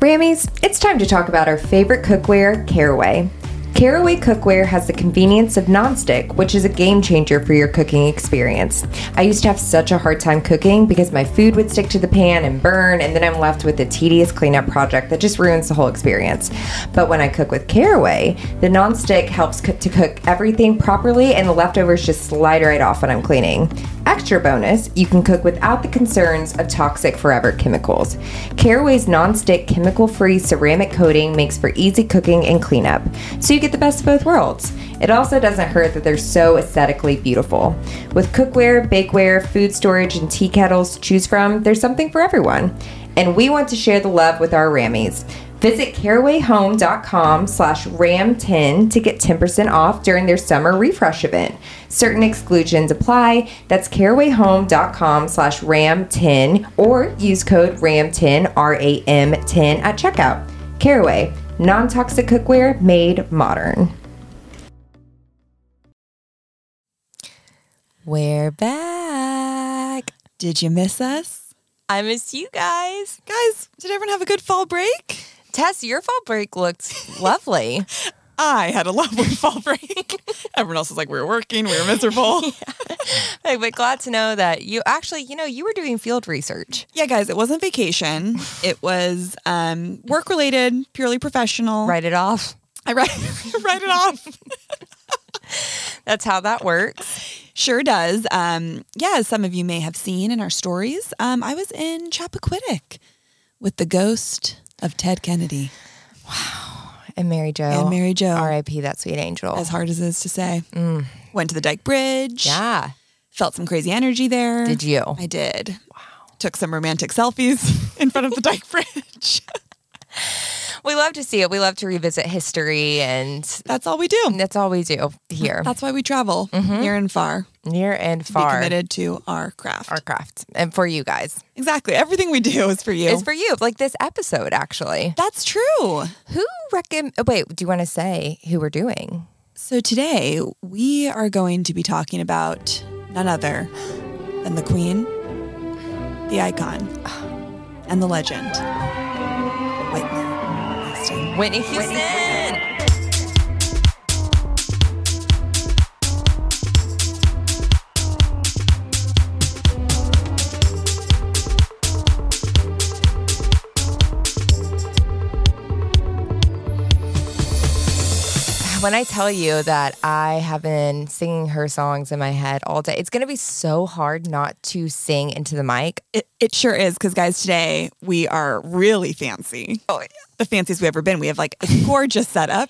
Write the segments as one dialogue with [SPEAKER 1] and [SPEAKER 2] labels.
[SPEAKER 1] Rammies, it's time to talk about our favorite cookware, Caraway. Caraway cookware has the convenience of nonstick, which is a game changer for your cooking experience. I used to have such a hard time cooking because my food would stick to the pan and burn, and then I'm left with a tedious cleanup project that just ruins the whole experience. But when I cook with Caraway, the nonstick helps cook to cook everything properly, and the leftovers just slide right off when I'm cleaning. Extra bonus, you can cook without the concerns of toxic forever chemicals. Caraway's nonstick chemical free ceramic coating makes for easy cooking and cleanup, so you get the best of both worlds. It also doesn't hurt that they're so aesthetically beautiful. With cookware, bakeware, food storage, and tea kettles to choose from, there's something for everyone. And we want to share the love with our Rammies. Visit carawayhome.com slash ram10 to get 10% off during their summer refresh event. Certain exclusions apply. That's carawayhome.com slash ram10 or use code ram10, R-A-M-10 at checkout. Caraway, non-toxic cookware made modern.
[SPEAKER 2] We're back.
[SPEAKER 3] Did you miss us?
[SPEAKER 2] I miss you guys.
[SPEAKER 3] Guys, did everyone have a good fall break?
[SPEAKER 2] Tess, your fall break looked lovely.
[SPEAKER 3] I had a lovely fall break. everyone else was like, we were working, we were miserable.
[SPEAKER 2] Like, but glad to know that you actually, you know, you were doing field research.
[SPEAKER 3] Yeah, guys, it wasn't vacation. It was um, work related, purely professional.
[SPEAKER 2] Write it off.
[SPEAKER 3] I write, write it off.
[SPEAKER 2] That's how that works.
[SPEAKER 3] Sure does. Um, yeah, as some of you may have seen in our stories, um, I was in Chappaquiddick with the ghost of Ted Kennedy.
[SPEAKER 2] And Mary Jo.
[SPEAKER 3] And Mary Jo.
[SPEAKER 2] R.I.P. That sweet angel.
[SPEAKER 3] As hard as it is to say. Went to the Dyke Bridge.
[SPEAKER 2] yeah.
[SPEAKER 3] Felt some crazy energy there.
[SPEAKER 2] Did you?
[SPEAKER 3] I did. Wow. Took some romantic selfies in front of the Dyke Bridge.
[SPEAKER 2] We love to see it. We love to revisit history, and
[SPEAKER 3] That's all we do.
[SPEAKER 2] that's all we do here,
[SPEAKER 3] That's why we travel near and far.
[SPEAKER 2] near and
[SPEAKER 3] Be
[SPEAKER 2] Mm-hmm. far.
[SPEAKER 3] committed to our craft.
[SPEAKER 2] Our craft, and for you guys,
[SPEAKER 3] exactly. Everything we do is for you.
[SPEAKER 2] it's for you. Like this episode, actually.
[SPEAKER 3] That's true.
[SPEAKER 2] Who reckon? oh, Wait, do you want to say who we're doing?
[SPEAKER 3] So today we are going to be talking about none other than the queen, the icon, and the legend. Whitney Houston.
[SPEAKER 2] Whitney Houston. When I tell you that I have been singing her songs in my head all day, it's going to be so hard not to sing into the mic.
[SPEAKER 3] It, it sure is because guys, today we are really fancy. Oh, the fanciest we've ever been. We have like a gorgeous setup,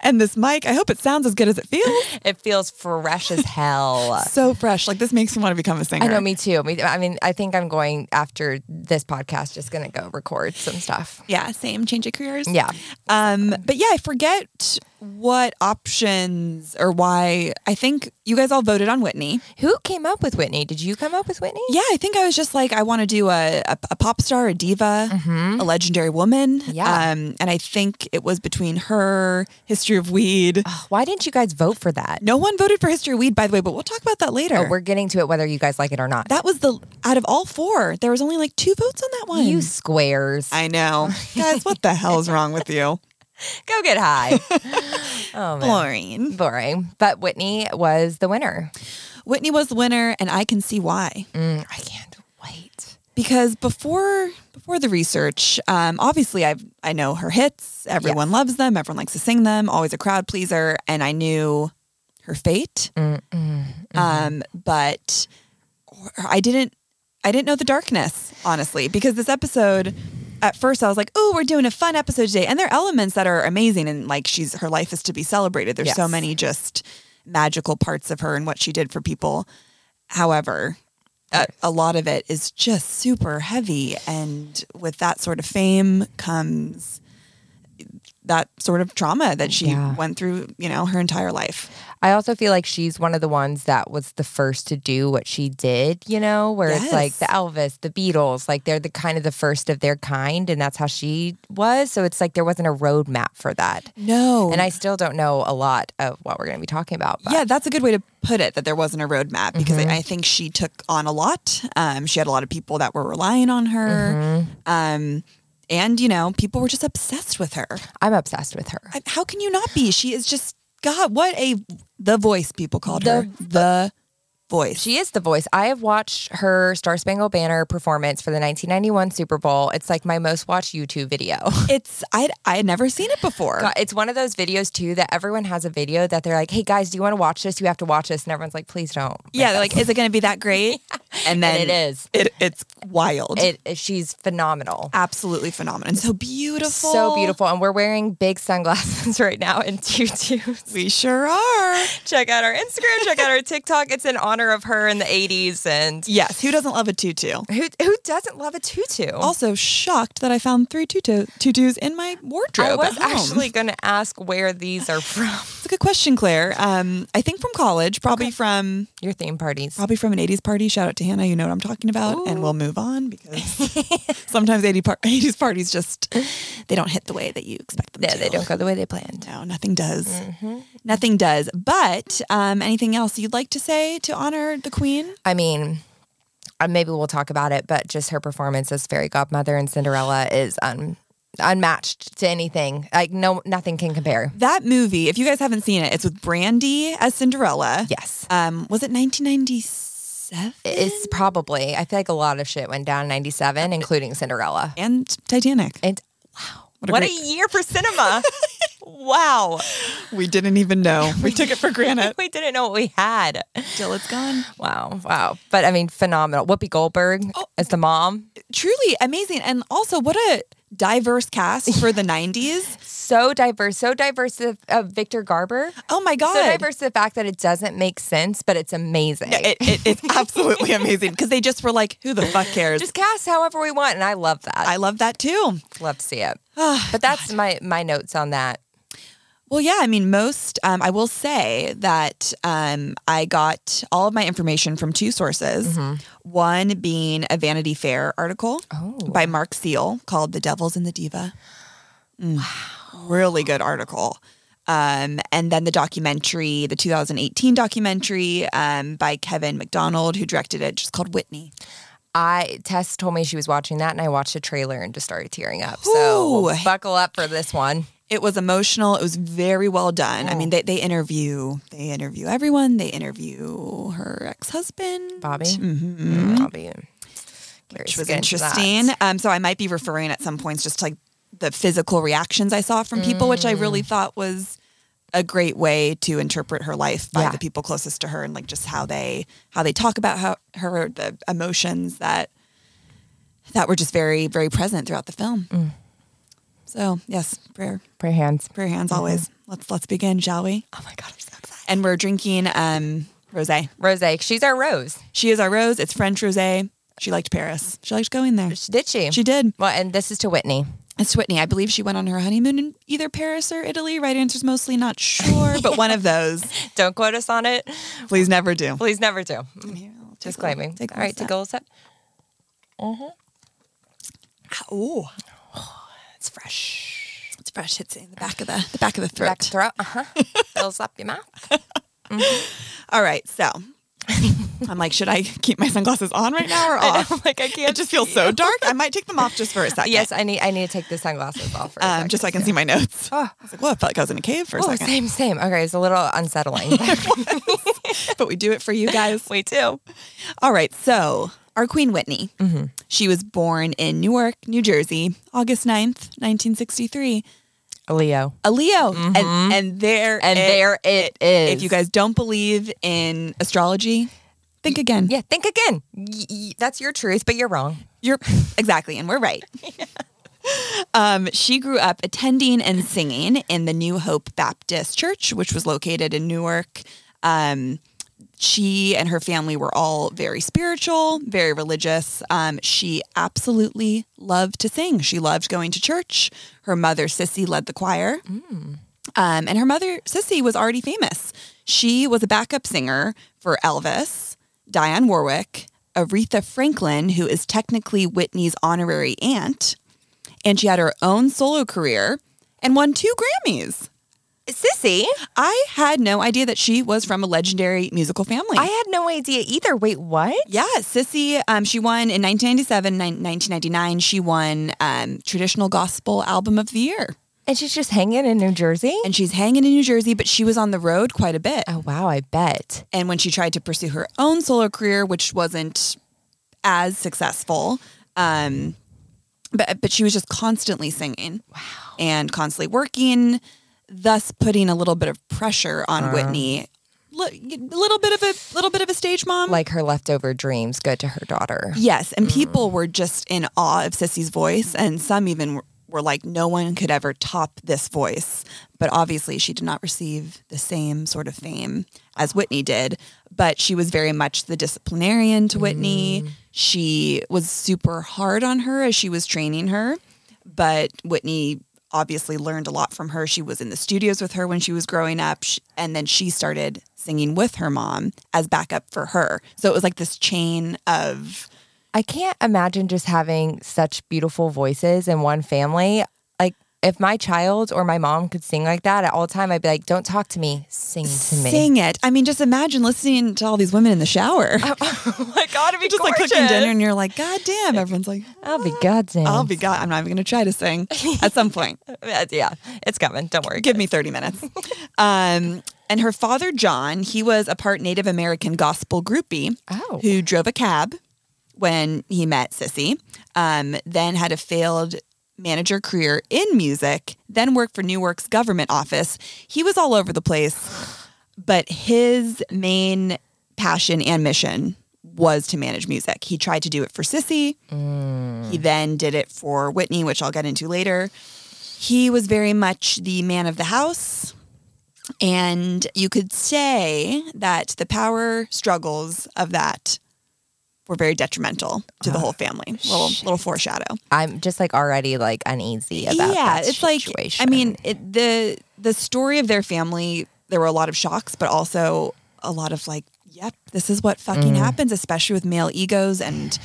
[SPEAKER 3] and this mic. I hope it sounds as good as it feels.
[SPEAKER 2] It feels fresh as hell.
[SPEAKER 3] So fresh. Like this makes me want to become a singer.
[SPEAKER 2] I know, me too. Me, I mean, I think I'm going after this podcast, just going to go record some stuff.
[SPEAKER 3] Yeah, same. Change of careers.
[SPEAKER 2] Yeah.
[SPEAKER 3] Um, but yeah, I forget what options or why. I think you guys all voted on Whitney.
[SPEAKER 2] Who came up with Whitney? Did you come up with Whitney?
[SPEAKER 3] Yeah, I think I was just like, I want to do a, a, a pop star, a diva, a legendary woman.
[SPEAKER 2] Mm-hmm. Yeah.
[SPEAKER 3] Um, and I think it was between her, History of Weed.
[SPEAKER 2] Why didn't you guys vote for that?
[SPEAKER 3] No one voted for History of Weed, by the way, but we'll talk about that later.
[SPEAKER 2] Oh, We're getting to it whether you guys like it or not.
[SPEAKER 3] that was the, out of all four, there was only like two votes on that one.
[SPEAKER 2] you squares.
[SPEAKER 3] I know. guys, what the hell is wrong with you?
[SPEAKER 2] Go get high. oh, man.
[SPEAKER 3] Boring.
[SPEAKER 2] Boring. But Whitney was the winner.
[SPEAKER 3] Whitney was the winner, and I can see why.
[SPEAKER 2] Mm, I can't wait.
[SPEAKER 3] because before before the research, um, obviously I I know her hits. Everyone loves them. Everyone likes to sing them. Always a crowd pleaser, and I knew her fate.
[SPEAKER 2] Mm-hmm.
[SPEAKER 3] Um, but I didn't I didn't know the darkness honestly because this episode. At first, I was like, "Oh, we're doing a fun episode today," and there are elements that are amazing, and like she's her life is to be celebrated. There's so
[SPEAKER 2] Yes.
[SPEAKER 3] many just magical parts of her and what she did for people. However, a, a lot of it is just super heavy. And with that sort of fame comes that sort of trauma that she
[SPEAKER 2] Yeah.
[SPEAKER 3] went through, you know, her entire life.
[SPEAKER 2] I also feel like she's one of the ones that was the first to do what she did, you know, where it's like
[SPEAKER 3] Yes.
[SPEAKER 2] the Elvis, the Beatles, like they're the kind of the first of their kind, and that's how she was. So it's like there wasn't a roadmap for that.
[SPEAKER 3] No.
[SPEAKER 2] And I still don't know a lot of what we're going to be talking about. But
[SPEAKER 3] yeah, that's a good way to put it that there wasn't a roadmap because I, I think she Mm-hmm. took on a lot. Um, she had a lot of people that were relying on her. Um, And, you know, people were just obsessed with her.
[SPEAKER 2] I'm obsessed with her.
[SPEAKER 3] I- How can you not be? She is just, God, what a, the voice people called her. The voice.
[SPEAKER 2] She is the voice. I have watched her Star Spangled Banner performance for the 1991 Super Bowl. It's like my most watched YouTube video.
[SPEAKER 3] It's, I I had never seen it before.
[SPEAKER 2] God, it's one of those videos too that everyone has a video that they're like, "Hey guys, do you want to watch this? You have to watch this." And everyone's like, "Please don't."
[SPEAKER 3] yeah, they're like, is it going to be that great? And then
[SPEAKER 2] And it is.
[SPEAKER 3] It, it's wild.
[SPEAKER 2] It, it- she's phenomenal.
[SPEAKER 3] Absolutely phenomenal. And so beautiful.
[SPEAKER 2] So beautiful. And we're wearing big sunglasses right now in tutus.
[SPEAKER 3] We sure are.
[SPEAKER 2] check out our Instagram, check out our TikTok. It's in honor of her in the 80s and
[SPEAKER 3] Yes, who doesn't love a tutu?
[SPEAKER 2] who who doesn't love a tutu?
[SPEAKER 3] Also shocked that I found three tutu- tutus in my wardrobe.
[SPEAKER 2] I was
[SPEAKER 3] at home.
[SPEAKER 2] actually going to ask where these are from.
[SPEAKER 3] It's a good question, Claire. Um, I think from college, probably from
[SPEAKER 2] Your theme parties.
[SPEAKER 3] probably from an '80s party. Shout out to Hannah. You know what I'm talking about. And we'll move on because sometimes 80 par- '80s parties just they don't hit the way that you expect them
[SPEAKER 2] Yeah,
[SPEAKER 3] to.
[SPEAKER 2] they don't go the way they planned.
[SPEAKER 3] No, nothing does. Nothing does. But um, anything else you'd like to say to honor the queen?
[SPEAKER 2] I mean, uh, maybe we'll talk about it, but just her performance as fairy godmother and Cinderella is un- unmatched to anything. Like no, nothing can compare.
[SPEAKER 3] That movie, if you guys haven't seen it, it's with Brandy as Cinderella.
[SPEAKER 2] Yes,
[SPEAKER 3] Um, was it 1997?
[SPEAKER 2] it's probably. I feel like a lot of shit went down in '97, including Cinderella.
[SPEAKER 3] and Titanic.
[SPEAKER 2] And wow, what
[SPEAKER 3] a
[SPEAKER 2] a,
[SPEAKER 3] great-
[SPEAKER 2] year for cinema! wow,
[SPEAKER 3] We didn't even know. We took it for granted.
[SPEAKER 2] we didn't know what we had.
[SPEAKER 3] Till it's gone.
[SPEAKER 2] Wow, wow. But I mean, phenomenal. Whoopi Goldberg as the mom,
[SPEAKER 3] Truly amazing. And also, what a diverse cast for the 90s.
[SPEAKER 2] so diverse, so diverse of, of Victor Garber.
[SPEAKER 3] Oh my God.
[SPEAKER 2] So diverse to the fact that it doesn't make sense, but it's amazing.
[SPEAKER 3] It, it, it's absolutely amazing because they just were like, who the fuck cares?
[SPEAKER 2] just cast however we want, and I love that. I
[SPEAKER 3] I love that too. Ah,
[SPEAKER 2] love to see it. but that's my my notes on that.
[SPEAKER 3] Well, yeah, I mean, most, um, I will say that um, I got all of my information from two sources. One being a Vanity Fair article
[SPEAKER 2] Oh.
[SPEAKER 3] by Mark Seal called The Devils and the Diva. Wow. Really good article. Um, and then the documentary, the 2018 documentary um, by Kevin McDonald, who directed it, just called Whitney.
[SPEAKER 2] I Tess told me she was watching that, and I watched a trailer and just started tearing up. So
[SPEAKER 3] Ooh.
[SPEAKER 2] buckle up for this one.
[SPEAKER 3] It was emotional. It was very well done. I mean, they, they interview they interview everyone. They interview her ex husband,
[SPEAKER 2] Bobby, mm-hmm. Bobby,
[SPEAKER 3] which was interesting. Um, so I might be referring at some points just to, like the physical reactions I saw from people, which I really thought was a great way to interpret her life by
[SPEAKER 2] Yeah.
[SPEAKER 3] the people closest to her and like just how they how they talk about how her the emotions that that were just very very present throughout the film. So yes, prayer
[SPEAKER 2] Prayer hands.
[SPEAKER 3] prayer hands always. Let's let's begin, shall we?
[SPEAKER 2] Oh my god, I'm so excited.
[SPEAKER 3] And we're drinking um rosé.
[SPEAKER 2] Rose, she's our Rose.
[SPEAKER 3] She is our rose. It's French rosé. She liked Paris. She liked going there.
[SPEAKER 2] Did she?
[SPEAKER 3] She did.
[SPEAKER 2] Well, and this is to Whitney.
[SPEAKER 3] It's Whitney. I believe she went on her honeymoon in either Paris or Italy. Right answer's mostly not sure, but one of those.
[SPEAKER 2] Don't quote us on it.
[SPEAKER 3] Please never do.
[SPEAKER 2] Please never do. Just claiming.
[SPEAKER 3] Take
[SPEAKER 2] All right, take a little sip. Mm-hmm.
[SPEAKER 3] Oh,
[SPEAKER 2] It's fresh.
[SPEAKER 3] it's fresh. It's in the back of the the back of the throat.
[SPEAKER 2] Back throat. Uh huh. Fills up your mouth.
[SPEAKER 3] All right, so I'm like, should I keep my sunglasses on right now or off?
[SPEAKER 2] like I can't.
[SPEAKER 3] It just feels so dark. I might take them off just for a second.
[SPEAKER 2] Uh, Yes, I need. I need to take the sunglasses off. For a
[SPEAKER 3] um,
[SPEAKER 2] second. Ah.
[SPEAKER 3] just so I can see my notes. I was like, well, I felt like I was in a cave for a
[SPEAKER 2] Oh,
[SPEAKER 3] second.
[SPEAKER 2] same, same. Okay, it's a little unsettling.
[SPEAKER 3] but we do it for you guys.
[SPEAKER 2] we do.
[SPEAKER 3] All right. So, our Queen Whitney,
[SPEAKER 2] Mm-hmm.
[SPEAKER 3] she was born in Newark, New Jersey, August 9th, 1963.
[SPEAKER 2] Leo,
[SPEAKER 3] A Leo. And, and there
[SPEAKER 2] Mm-hmm. and
[SPEAKER 3] it-
[SPEAKER 2] there it is.
[SPEAKER 3] If you guys don't believe in astrology, think again.
[SPEAKER 2] yeah, think again. Y- y- that's your truth, but you're wrong.
[SPEAKER 3] You're exactly, and we're right. Um, she grew up attending and singing in the New Hope Baptist Church, which was located in Newark. Um, she and her family were all very spiritual, very religious. Um, she absolutely loved to sing. She loved going to church. Her mother, Sissy, led the choir. Um, and her mother, Sissy, was already famous. She was a backup singer for Elvis, Dionne Warwick, Aretha Franklin, who is technically Whitney's honorary aunt, and she had her own solo career and won two Grammys.
[SPEAKER 2] Sissy,
[SPEAKER 3] I had no idea that she was from a legendary musical family.
[SPEAKER 2] I had no idea either. Wait, what?
[SPEAKER 3] yeah, Sissy, um, she won in 1997, nin- 1999, she won um, Traditional Gospel Album of the Year.
[SPEAKER 2] And she's just hanging in New Jersey?
[SPEAKER 3] And she's hanging in New Jersey, but she was on the road quite a bit.
[SPEAKER 2] Oh, wow, I bet.
[SPEAKER 3] And when she tried to pursue her own solo career, which wasn't as successful, um, but but she was just constantly singing, wow, and constantly working, thus putting a little bit of pressure on Whitney. Li- A little bit of a little bit of a stage mom,
[SPEAKER 2] Like her leftover dreams go to her daughter.
[SPEAKER 3] yes. And people were just in awe of Sissy's voice, and some even were- were like, "No one could ever top this voice." But obviously, she did not receive the same sort of fame as Whitney did. But she was very much the disciplinarian to Whitney. She was super hard on her as she was training her, but Whitney obviously learned a lot from her. She was in the studios with her when she was growing up, sh- and then she started singing with her mom as backup for her. So it was like this chain of
[SPEAKER 2] I can't imagine just having such beautiful voices in one family. Like, if my child or my mom could sing like that at all time, I'd be like, don't talk to me, sing to me.
[SPEAKER 3] Sing it. I mean, just imagine listening to all these women in the shower.
[SPEAKER 2] Oh my God, it'd be
[SPEAKER 3] just like cooking dinner, and you're like, God damn. Everyone's like,
[SPEAKER 2] I'll be goddamn.
[SPEAKER 3] I'll be God. I'm not even going to try to sing at some point.
[SPEAKER 2] Yeah, it's coming. Don't worry.
[SPEAKER 3] Give me 30 minutes. Um, and her father, John, he was a part Native American gospel groupie
[SPEAKER 2] Oh.
[SPEAKER 3] who drove a cab when he met Sissy, um, then had a failed manager career in music, then worked for New Work's government office. He was all over the place, but his main passion and mission was to manage music. He tried to do it for Sissy. He then did it for Whitney, which I'll get into later. He was very much the man of the house. And you could say that the power struggles of that were very detrimental to the whole family. Little little foreshadow.
[SPEAKER 2] I'm just like already like uneasy about
[SPEAKER 3] yeah,
[SPEAKER 2] that
[SPEAKER 3] it's like I
[SPEAKER 2] situation.
[SPEAKER 3] mean it, the the story of their family. There were a lot of shocks, but also a lot of like, yep, this is what
[SPEAKER 2] Mm.
[SPEAKER 3] fucking happens, especially with male egos and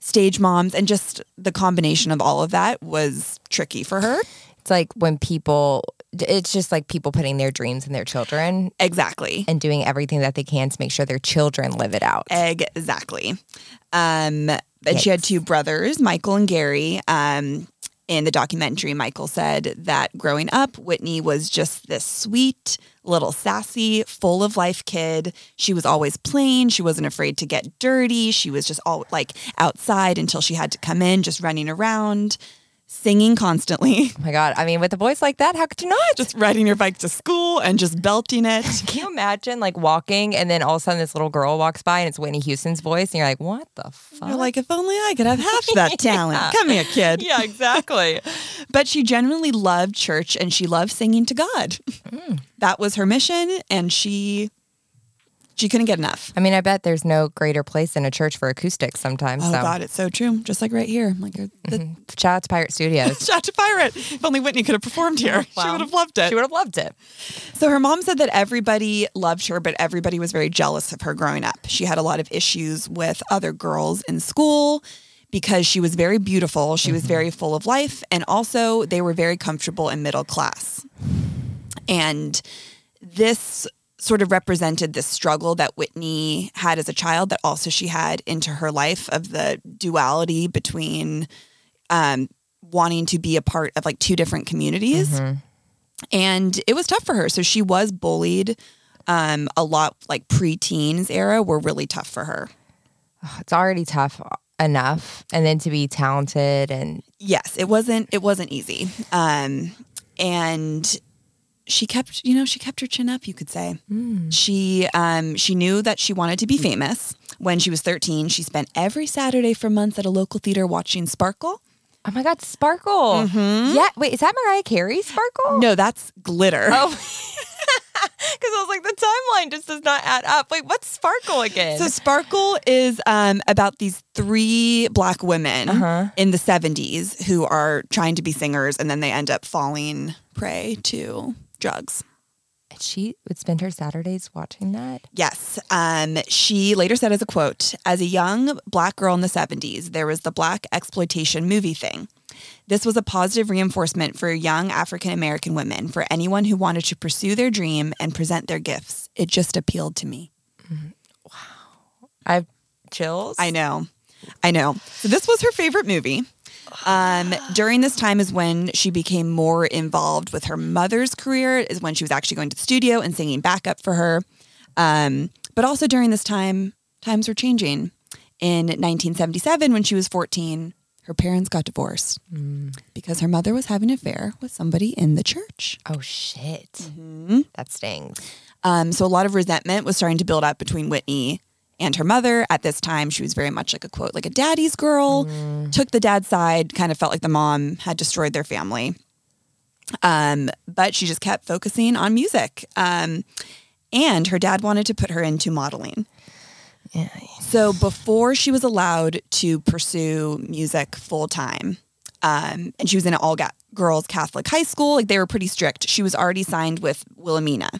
[SPEAKER 3] stage moms, and just the combination of all of that was tricky for her.
[SPEAKER 2] it's like when people, it's just like people putting their dreams in their children
[SPEAKER 3] Exactly.
[SPEAKER 2] and doing everything that they can to make sure their children live it out.
[SPEAKER 3] Eh. Exactly. Um, and she had two brothers, Michael and Gary. Um, in the documentary, Michael said that growing up, Whitney was just this sweet, little sassy, full of life kid. She was always playing. She wasn't afraid to get dirty. She was just all like outside until she had to come in, just running around, singing constantly,
[SPEAKER 2] Oh my God. I mean, with a voice like that, how could you not?
[SPEAKER 3] just riding your bike to school and just belting it.
[SPEAKER 2] Can you imagine like walking and then all of a sudden this little girl walks by and it's Whitney Houston's voice and you're like, what the fuck?
[SPEAKER 3] You're like, if only I could have half that talent. Come here, kid.
[SPEAKER 2] yeah, exactly.
[SPEAKER 3] But she genuinely loved church and she loved singing to God.
[SPEAKER 2] Mm.
[SPEAKER 3] That was her mission and she she couldn't get enough.
[SPEAKER 2] I mean, I bet there's no greater place than a church for acoustics sometimes.
[SPEAKER 3] Oh
[SPEAKER 2] so
[SPEAKER 3] God, it's so true. Just like right here. Like the
[SPEAKER 2] shout out to Pirate Studios.
[SPEAKER 3] shot to pirate. If only Whitney could have performed here. She
[SPEAKER 2] Mm-hmm. Wow.
[SPEAKER 3] would have loved it.
[SPEAKER 2] she would have loved it.
[SPEAKER 3] So her mom said that everybody loved her, but everybody was very jealous of her growing up. She had a lot of issues with other girls in school because she was very beautiful, she was very full of life, and also they were very comfortable in middle class. And this sort of represented this struggle that Whitney had as a child that also she had into her life of the duality between um, wanting to be a part of like two different communities and it was tough for her. So she was bullied um, a lot. Like pre-teens era were really tough for her.
[SPEAKER 2] It's already tough enough. And then to be talented and
[SPEAKER 3] Yes, it wasn't. It wasn't easy. Um, and she kept, you know, she kept her chin up. You could say
[SPEAKER 2] Mm.
[SPEAKER 3] she um, she knew that she wanted to be famous. When she was 13, she spent every Saturday for months at a local theater watching Sparkle. Mm-hmm.
[SPEAKER 2] oh my God, Sparkle. Yeah. Wait, is that Mariah Carey Sparkle?
[SPEAKER 3] No, that's glitter.
[SPEAKER 2] Oh. Because I was like, the timeline just does not add up. Wait, what's Sparkle again?
[SPEAKER 3] So Sparkle is um, about these three black women
[SPEAKER 2] Uh-huh.
[SPEAKER 3] in the 70s who are trying to be singers and then they end up falling prey to drugs.
[SPEAKER 2] And she would spend her Saturdays watching that.
[SPEAKER 3] Yes. Um, she later said as a quote, as a young black girl in the 70s, there was the black exploitation movie thing. This was a positive reinforcement for young African American women, for anyone who wanted to pursue their dream and present their gifts. It just appealed to me.
[SPEAKER 2] I've chills.
[SPEAKER 3] I know. I know. So this was her favorite movie. Um, during this time is when she became more involved with her mother's career, is when she was actually going to the studio and singing backup for her. Um, but also during this time, times were changing. In 1977, when she was 14, her parents got divorced because her mother was having an affair with somebody in the church.
[SPEAKER 2] Oh shit. That stings.
[SPEAKER 3] Um, so a lot of resentment was starting to build up between Whitney and her mother. At this time, she was very much like a quote, like a daddy's girl, took the dad's side, kind of felt like the mom had destroyed their family. Um, but she just kept focusing on music. Um, and her dad wanted to put her into modeling.
[SPEAKER 2] Yeah.
[SPEAKER 3] So before she was allowed to pursue music full time, um, and she was in an all ga- girls Catholic high school, like they were pretty strict. She was already signed with Wilhelmina.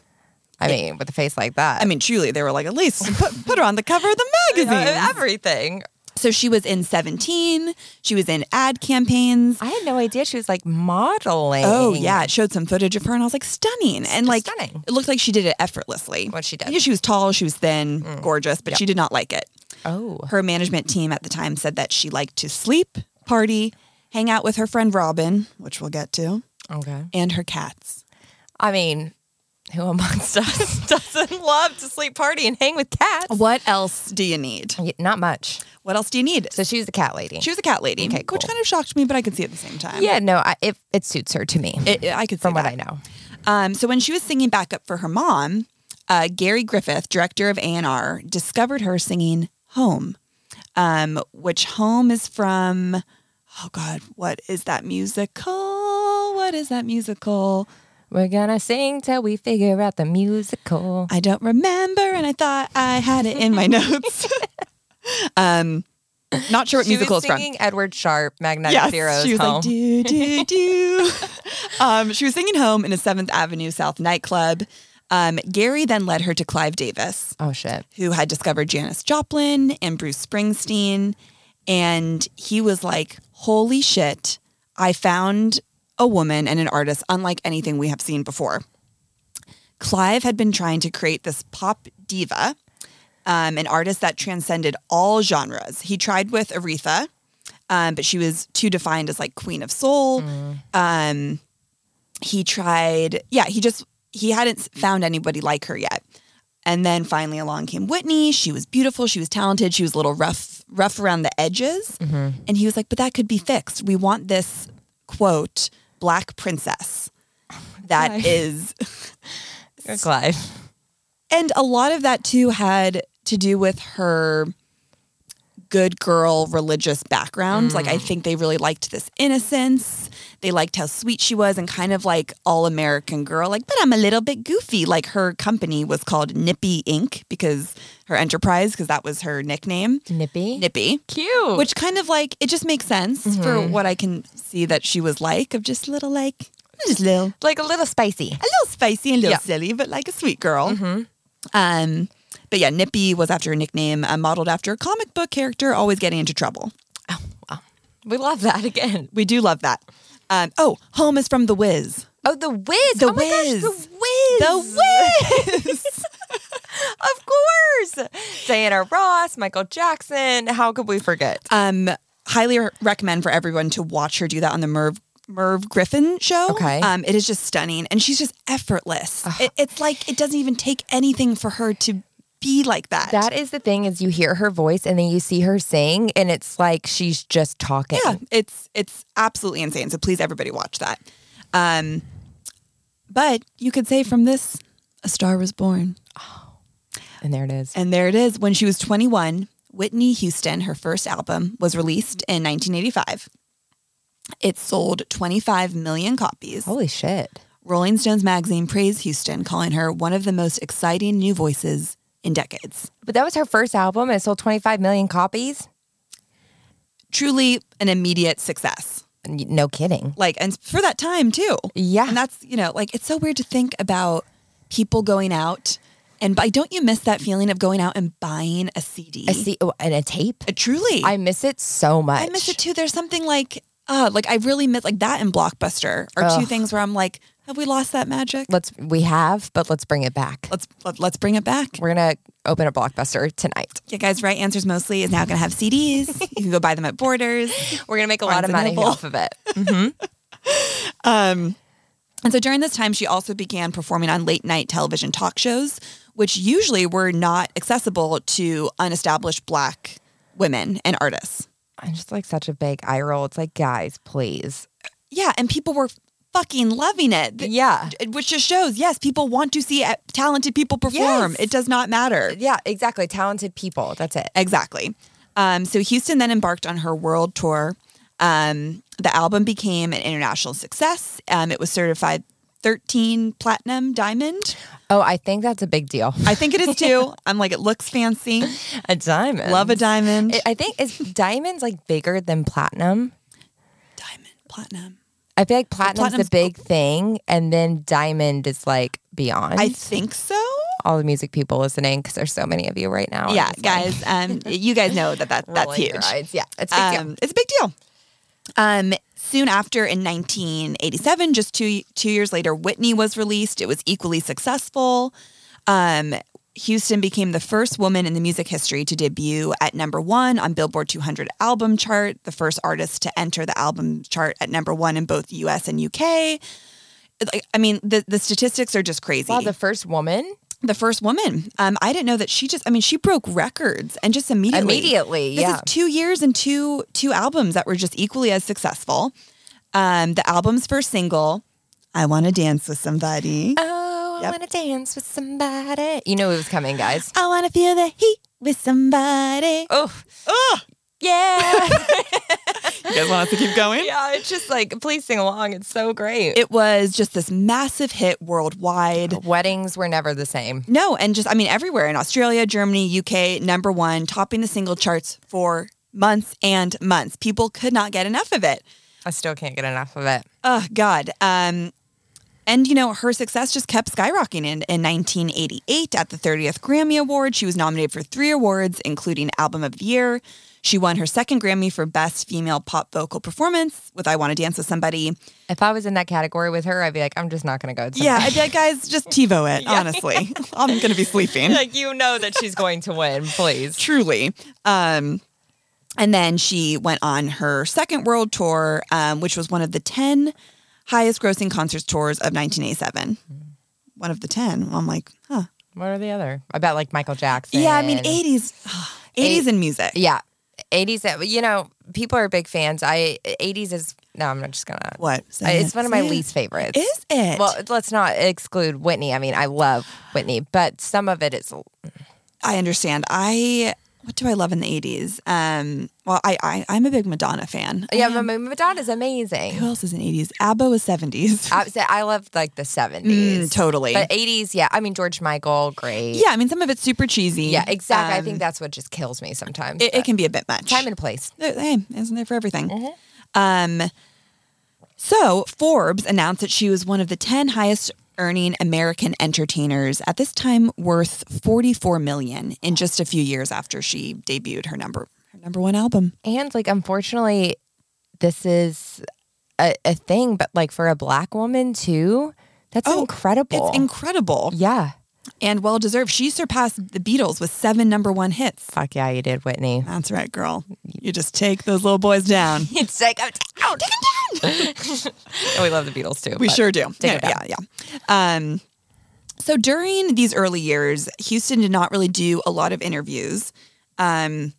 [SPEAKER 2] I mean, with a face like that.
[SPEAKER 3] I mean, truly, they were like, at least put, put her on the cover of the magazine.
[SPEAKER 2] everything.
[SPEAKER 3] So she was in 17. She was in ad campaigns.
[SPEAKER 2] I had no idea she was like modeling.
[SPEAKER 3] Oh, yeah. It showed some footage of her, and I was like, stunning. And like,
[SPEAKER 2] stunning.
[SPEAKER 3] it looked like she did it effortlessly.
[SPEAKER 2] What she did. Mm.
[SPEAKER 3] Yeah, she was tall, she was thin, gorgeous, but she did not like it.
[SPEAKER 2] Oh.
[SPEAKER 3] Her management team at the time said that she liked to sleep, party, hang out with her friend Robin, which we'll get to,
[SPEAKER 2] Okay.
[SPEAKER 3] and her cats.
[SPEAKER 2] I mean, who amongst us doesn't love to sleep party and hang with cats?
[SPEAKER 3] What else do you need?
[SPEAKER 2] Y- Not much.
[SPEAKER 3] What else do you need?
[SPEAKER 2] So she's the cat lady.
[SPEAKER 3] She was a cat lady,
[SPEAKER 2] Okay,
[SPEAKER 3] which
[SPEAKER 2] cool.
[SPEAKER 3] kind of shocked me, but I could see at the same time.
[SPEAKER 2] yeah, no, I, it it suits her to me
[SPEAKER 3] It, I could see
[SPEAKER 2] from what
[SPEAKER 3] that.
[SPEAKER 2] I know.
[SPEAKER 3] Um, so when she was singing backup for her mom, uh, Gary Griffith, director of A&R, discovered her singing "Home," um, which "Home" is from. Oh God, what is that musical? What is that musical?
[SPEAKER 2] We're gonna sing till we figure out the musical.
[SPEAKER 3] I don't remember, and I thought I had it in my notes. um, not sure what
[SPEAKER 2] she
[SPEAKER 3] musical
[SPEAKER 2] was
[SPEAKER 3] it's from.
[SPEAKER 2] singing Edward Sharp, Magnetic
[SPEAKER 3] Yes,
[SPEAKER 2] Zeros.
[SPEAKER 3] she was
[SPEAKER 2] home.
[SPEAKER 3] like do do do. um, she was singing "Home" in a Seventh Avenue South nightclub. Um, Gary then led her to Clive Davis,
[SPEAKER 2] oh shit.
[SPEAKER 3] who had discovered Janis Joplin and Bruce Springsteen. And he was like, Holy shit, I found a woman and an artist unlike anything we have seen before. Clive had been trying to create this pop diva, um, an artist that transcended all genres. He tried with Aretha, um, but she was too defined as like queen of soul.
[SPEAKER 2] Mm,
[SPEAKER 3] Um, he tried, yeah, he just, he hadn't s- found anybody like her yet. And then finally along came Whitney. She was beautiful. She was talented. She was a little rough, rough around the edges. And he was like, but that could be fixed. We want this quote, black princess that is
[SPEAKER 2] Good Clive.
[SPEAKER 3] and a lot of that too had to do with her good girl religious background. Like I think they really liked this innocence. They liked how sweet she was and kind of like all American girl, like, but I'm a little bit goofy. Like her company was called Nippy Inc. because her enterprise, because that was her nickname.
[SPEAKER 2] Nippy.
[SPEAKER 3] Nippy.
[SPEAKER 2] Cute.
[SPEAKER 3] Which kind of like it just makes sense for what I can see that she was like of just little like just little
[SPEAKER 2] like a little spicy.
[SPEAKER 3] a little spicy and a little
[SPEAKER 2] Yeah. Mm-hmm.
[SPEAKER 3] silly, but like a sweet girl. Um, but yeah, Nippy was after a nickname uh, modeled after a comic book character, always getting into trouble.
[SPEAKER 2] We love that again.
[SPEAKER 3] We do love that. Um, oh, home is from The Wiz.
[SPEAKER 2] Oh, the whiz.
[SPEAKER 3] The
[SPEAKER 2] oh my gosh,
[SPEAKER 3] Wiz.
[SPEAKER 2] the whiz.
[SPEAKER 3] The Wiz.
[SPEAKER 2] Of course. Diana Ross, Michael Jackson. How could we forget?
[SPEAKER 3] um, highly re- recommend for everyone to watch her do that on the Merv Merv Griffin show.
[SPEAKER 2] Okay.
[SPEAKER 3] um, it is just stunning, and she's just effortless. It, it's like it doesn't even take anything for her to be like that.
[SPEAKER 2] that is the thing is you hear her voice and then you see her sing and it's like she's just talking.
[SPEAKER 3] Yeah, it's it's absolutely insane. So please, everybody, watch that. Um, but you could say from this, a star was born,
[SPEAKER 2] And there it is.
[SPEAKER 3] and there it is. When she was 21, Whitney Houston, her first album, was released in 1985. It sold 25 million copies.
[SPEAKER 2] Holy shit.
[SPEAKER 3] Rolling Stones magazine praised Houston, calling her one of the most exciting new voices in decades.
[SPEAKER 2] But that was her first album. It sold 25 million copies.
[SPEAKER 3] Truly an immediate success.
[SPEAKER 2] N- No kidding.
[SPEAKER 3] like and for that time too
[SPEAKER 2] Yeah.
[SPEAKER 3] and that's you know like it's so weird to think about people going out and buy. Don't you miss that feeling of going out and buying a CD?
[SPEAKER 2] A C- oh, and a tape.
[SPEAKER 3] Uh, truly,
[SPEAKER 2] I miss it so much.
[SPEAKER 3] I miss it too. There's something like, uh, like I really miss like that and Blockbuster are two
[SPEAKER 2] Ugh.
[SPEAKER 3] things where I'm like, have we lost that magic?
[SPEAKER 2] Let's we have, but let's bring it back.
[SPEAKER 3] Let's let, let's bring it back.
[SPEAKER 2] We're gonna open a blockbuster tonight.
[SPEAKER 3] Yeah, guys, right answers mostly is now going to have CDs. you can go buy them at Borders.
[SPEAKER 2] We're gonna make a lot
[SPEAKER 3] Barnes
[SPEAKER 2] of
[SPEAKER 3] and
[SPEAKER 2] money
[SPEAKER 3] Noble.
[SPEAKER 2] off of it.
[SPEAKER 3] Um, and so during this time, she also began performing on late night television talk shows, which usually were not accessible to unestablished black women and artists.
[SPEAKER 2] I'm just like such a big eye roll. It's like, guys, please.
[SPEAKER 3] Yeah, and people were fucking loving it. Th-
[SPEAKER 2] Yeah.
[SPEAKER 3] Which just shows, yes, people want to see uh, talented people perform.
[SPEAKER 2] Yes.
[SPEAKER 3] It does not matter.
[SPEAKER 2] Yeah, exactly. Talented people. That's it.
[SPEAKER 3] Exactly. Um, so Houston then embarked on her world tour. Um, the album became an international success. Um, it was certified 13 platinum diamond.
[SPEAKER 2] Oh, I think that's a big deal.
[SPEAKER 3] I think it is too. I'm like, it looks fancy.
[SPEAKER 2] A diamond.
[SPEAKER 3] Love a diamond.
[SPEAKER 2] I- I think is diamonds like bigger than platinum.
[SPEAKER 3] diamond, platinum.
[SPEAKER 2] I feel like platinum's, the
[SPEAKER 3] platinum's-
[SPEAKER 2] big thing, and then diamond is like beyond.
[SPEAKER 3] I think so.
[SPEAKER 2] All the music people listening, because there's so many of you right now.
[SPEAKER 3] Yeah,
[SPEAKER 2] It's like,
[SPEAKER 3] guys. Um, you guys know that, that that's
[SPEAKER 2] rolling your
[SPEAKER 3] huge.
[SPEAKER 2] eyes. Yeah, it's a big deal.
[SPEAKER 3] Um, It's a big deal. Um, soon after, in 1987, just two two years later, Whitney was released. It was equally successful. Um, Houston became the first woman in the music history to debut at number one on Billboard 200 album chart. The first artist to enter the album chart at number one in both the U.S. and U.K. Like, I mean, the the statistics are just crazy.
[SPEAKER 2] Wow, the first woman
[SPEAKER 3] the first woman. Um, I didn't know that she just. I mean, she broke records and just immediately.
[SPEAKER 2] immediately.
[SPEAKER 3] This
[SPEAKER 2] yeah,
[SPEAKER 3] is two years and two two albums that were just equally as successful. Um, the album's first single, "I Want to Dance with Somebody,"
[SPEAKER 2] Oh,
[SPEAKER 3] Yep.
[SPEAKER 2] I want to dance with somebody. You know it was coming, guys.
[SPEAKER 3] "I Want to Feel the Heat with Somebody."
[SPEAKER 2] Oh, yeah.
[SPEAKER 3] You guys want us to keep going?
[SPEAKER 2] yeah, it's just like, please sing along. It's so great.
[SPEAKER 3] It was just this massive hit worldwide.
[SPEAKER 2] Weddings were never the same.
[SPEAKER 3] No, and just I mean everywhere in Australia, Germany, UK, number one, topping the single charts for months and months. People could not get enough of it.
[SPEAKER 2] I still can't get enough of it.
[SPEAKER 3] Oh God. Um, and you know her success just kept skyrocketing. In, in 1988, at the 30th Grammy Award, she was nominated for three awards, including Album of the Year. She won her second Grammy for Best Female Pop Vocal Performance with "I Want to Dance with Somebody."
[SPEAKER 2] If I was in that category with her, I'd be like, I'm just not going to go. It's
[SPEAKER 3] Yeah, I'd be like, guys, just TiVo it. Honestly, I'm gonna be sleeping.
[SPEAKER 2] like you know that she's going to win. Please.
[SPEAKER 3] Truly. Um, and then she went on her second world tour, um, which was one of the 10 highest grossing concert tours of 1987.
[SPEAKER 2] Mm.
[SPEAKER 3] One of the 10. I'm like, huh.
[SPEAKER 2] What are the other? I bet like Michael Jackson.
[SPEAKER 3] Yeah, I mean, 80s. 80s in music.
[SPEAKER 2] Yeah, eighties. uh, You know, people are big fans. I eighties is no. I'm not just gonna.
[SPEAKER 3] What?
[SPEAKER 2] I-
[SPEAKER 3] Say
[SPEAKER 2] it's
[SPEAKER 3] it.
[SPEAKER 2] one of my
[SPEAKER 3] Say it.
[SPEAKER 2] least favorites.
[SPEAKER 3] Is it?
[SPEAKER 2] Well, let's not exclude Whitney. I mean, I love Whitney, but some of it is.
[SPEAKER 3] I understand. I. What do I love in the 80s? Um, well, I, I, I'm a big Madonna fan.
[SPEAKER 2] Yeah, but Madonna's amazing.
[SPEAKER 3] Who else is in 80s? ABBA was 70s.
[SPEAKER 2] I would say I love like the seventies,
[SPEAKER 3] Mm, totally.
[SPEAKER 2] but eighties. Yeah, I mean George Michael, great.
[SPEAKER 3] yeah, I mean, some of it's super cheesy.
[SPEAKER 2] yeah, exactly. I
[SPEAKER 3] Um,
[SPEAKER 2] think that's what just kills me sometimes.
[SPEAKER 3] it, it
[SPEAKER 2] but
[SPEAKER 3] can be a bit much.
[SPEAKER 2] time and Mm-hmm. place.
[SPEAKER 3] there- hey, isn't there for everything? Um, so Forbes announced that she was one of the 10 highest earning American entertainers at this time worth 44 million in just a few years after she debuted her number her number one album.
[SPEAKER 2] And like, unfortunately, this is a, a thing, but like for a black woman too, that's
[SPEAKER 3] Oh,
[SPEAKER 2] incredible.
[SPEAKER 3] It's incredible
[SPEAKER 2] yeah.
[SPEAKER 3] and well deserved. She surpassed the Beatles with seven number one hits.
[SPEAKER 2] Fuck yeah, you did, Whitney.
[SPEAKER 3] That's right, girl. You just take those little boys down.
[SPEAKER 2] It's like, I'm down. and we love the Beatles too.
[SPEAKER 3] We
[SPEAKER 2] but-
[SPEAKER 3] sure do.
[SPEAKER 2] Take it
[SPEAKER 3] yeah, yeah, yeah. Um, so during these early years, Houston did not really do a lot of interviews. Um,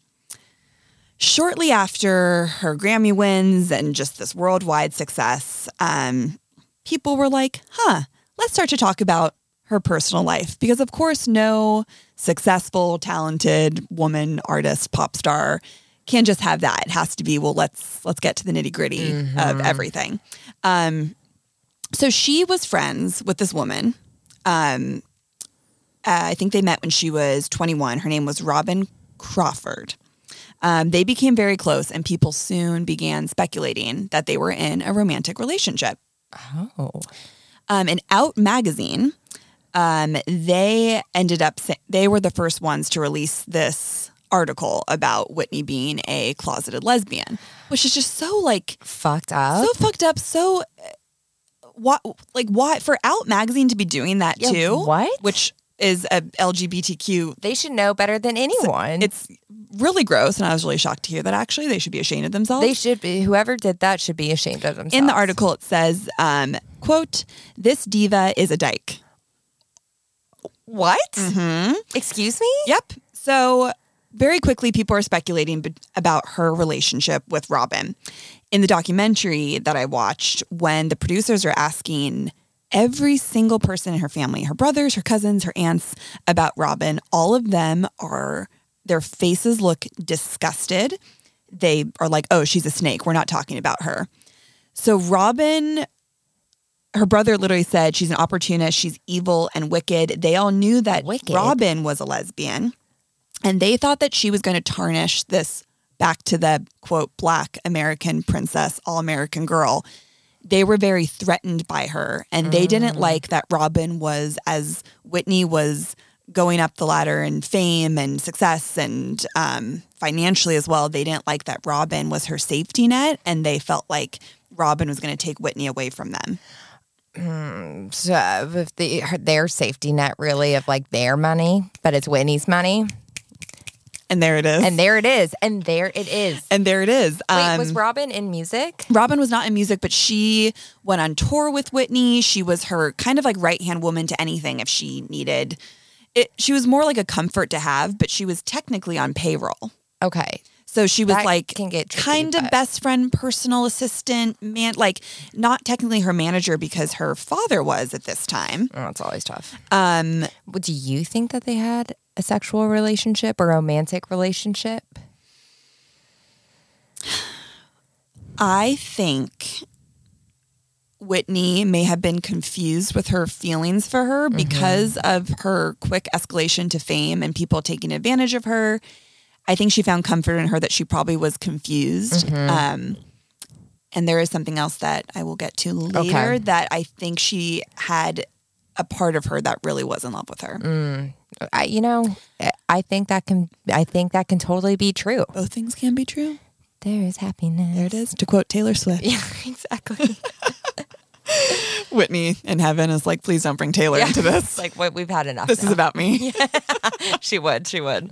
[SPEAKER 3] shortly after her Grammy wins and just this worldwide success, um, people were like, huh, let's start to talk about her personal life. Because, of course, no successful, talented woman, artist, pop star can just have that. It has to be, well, let's let's get to the nitty gritty of everything. Um, so she was friends with this woman. Um, uh, I think they met when she was 21. Her name was Robin Crawford. Um, they became very close, and people soon began speculating that they were in a romantic relationship.
[SPEAKER 2] Oh.
[SPEAKER 3] Um, in Out magazine, um, they ended up sa- they were the first ones to release this article about Whitney being a closeted lesbian, which is just so like
[SPEAKER 2] Fucked up.
[SPEAKER 3] so fucked up. So uh, what like why for Out magazine to be doing that
[SPEAKER 2] Yeah,
[SPEAKER 3] too?
[SPEAKER 2] what?
[SPEAKER 3] Which is a LGBTQ.
[SPEAKER 2] they should know better than anyone.
[SPEAKER 3] It's really gross, and I was really shocked to hear that. Actually, they should be ashamed of themselves.
[SPEAKER 2] they should be. Whoever did that should be ashamed of themselves.
[SPEAKER 3] In the article, it says, um, "quote This diva is a dyke."
[SPEAKER 2] what? Mm-hmm. Excuse me?
[SPEAKER 3] Yep. So very quickly, people are speculating b- about her relationship with Robin. In the documentary that I watched, when the producers are asking every single person in her family, her brothers, her cousins, her aunts, about Robin, all of them are, their faces look disgusted. They are like, oh, she's a snake. We're not talking about her. So Robin her brother literally said she's an opportunist, she's evil and wicked. They all knew that
[SPEAKER 2] Wicked.
[SPEAKER 3] Robin was a lesbian and they thought that she was going to tarnish this back to the quote black American princess, all American girl. They were very threatened by her and they
[SPEAKER 2] Mm.
[SPEAKER 3] didn't like that Robin was as Whitney was going up the ladder in fame and success and um, financially as well. They didn't like that Robin was her safety net and they felt like Robin was going to take Whitney away from them.
[SPEAKER 2] So, uh, if the, her, their safety net really of like their money, but it's Whitney's money.
[SPEAKER 3] And there it is.
[SPEAKER 2] And there it is. And there it is.
[SPEAKER 3] And there it is.
[SPEAKER 2] Wait,
[SPEAKER 3] Um,
[SPEAKER 2] was Robin in music?
[SPEAKER 3] Robin was not in music, but she went on tour with Whitney. She was her kind of like right hand woman to anything if she needed it. She was more like a comfort to have, but she was technically on payroll.
[SPEAKER 2] Okay.
[SPEAKER 3] So she was
[SPEAKER 2] That
[SPEAKER 3] like
[SPEAKER 2] can get tricky,
[SPEAKER 3] kind of
[SPEAKER 2] but-
[SPEAKER 3] best friend, personal assistant, man, like not technically her manager because her father was at this time.
[SPEAKER 2] Oh, it's always tough.
[SPEAKER 3] Um,
[SPEAKER 2] Well, Do you think that they had a sexual relationship or romantic relationship?
[SPEAKER 3] I think Whitney may have been confused with her feelings for her because of her quick escalation to fame and people taking advantage of her. I think she found comfort in her that she probably was confused. Um, and there is something else that I will get to later that I think she had a part of her that really was in love with her.
[SPEAKER 2] Mm. I, you know, I- I think that can. I think that can totally be true.
[SPEAKER 3] Both things can be true.
[SPEAKER 2] There is happiness.
[SPEAKER 3] There it is. To quote Taylor Swift,
[SPEAKER 2] Yeah, exactly.
[SPEAKER 3] Whitney in heaven is like, please don't bring Taylor into this.
[SPEAKER 2] like what we've had enough.
[SPEAKER 3] This is
[SPEAKER 2] now.
[SPEAKER 3] about me.
[SPEAKER 2] she would. She would.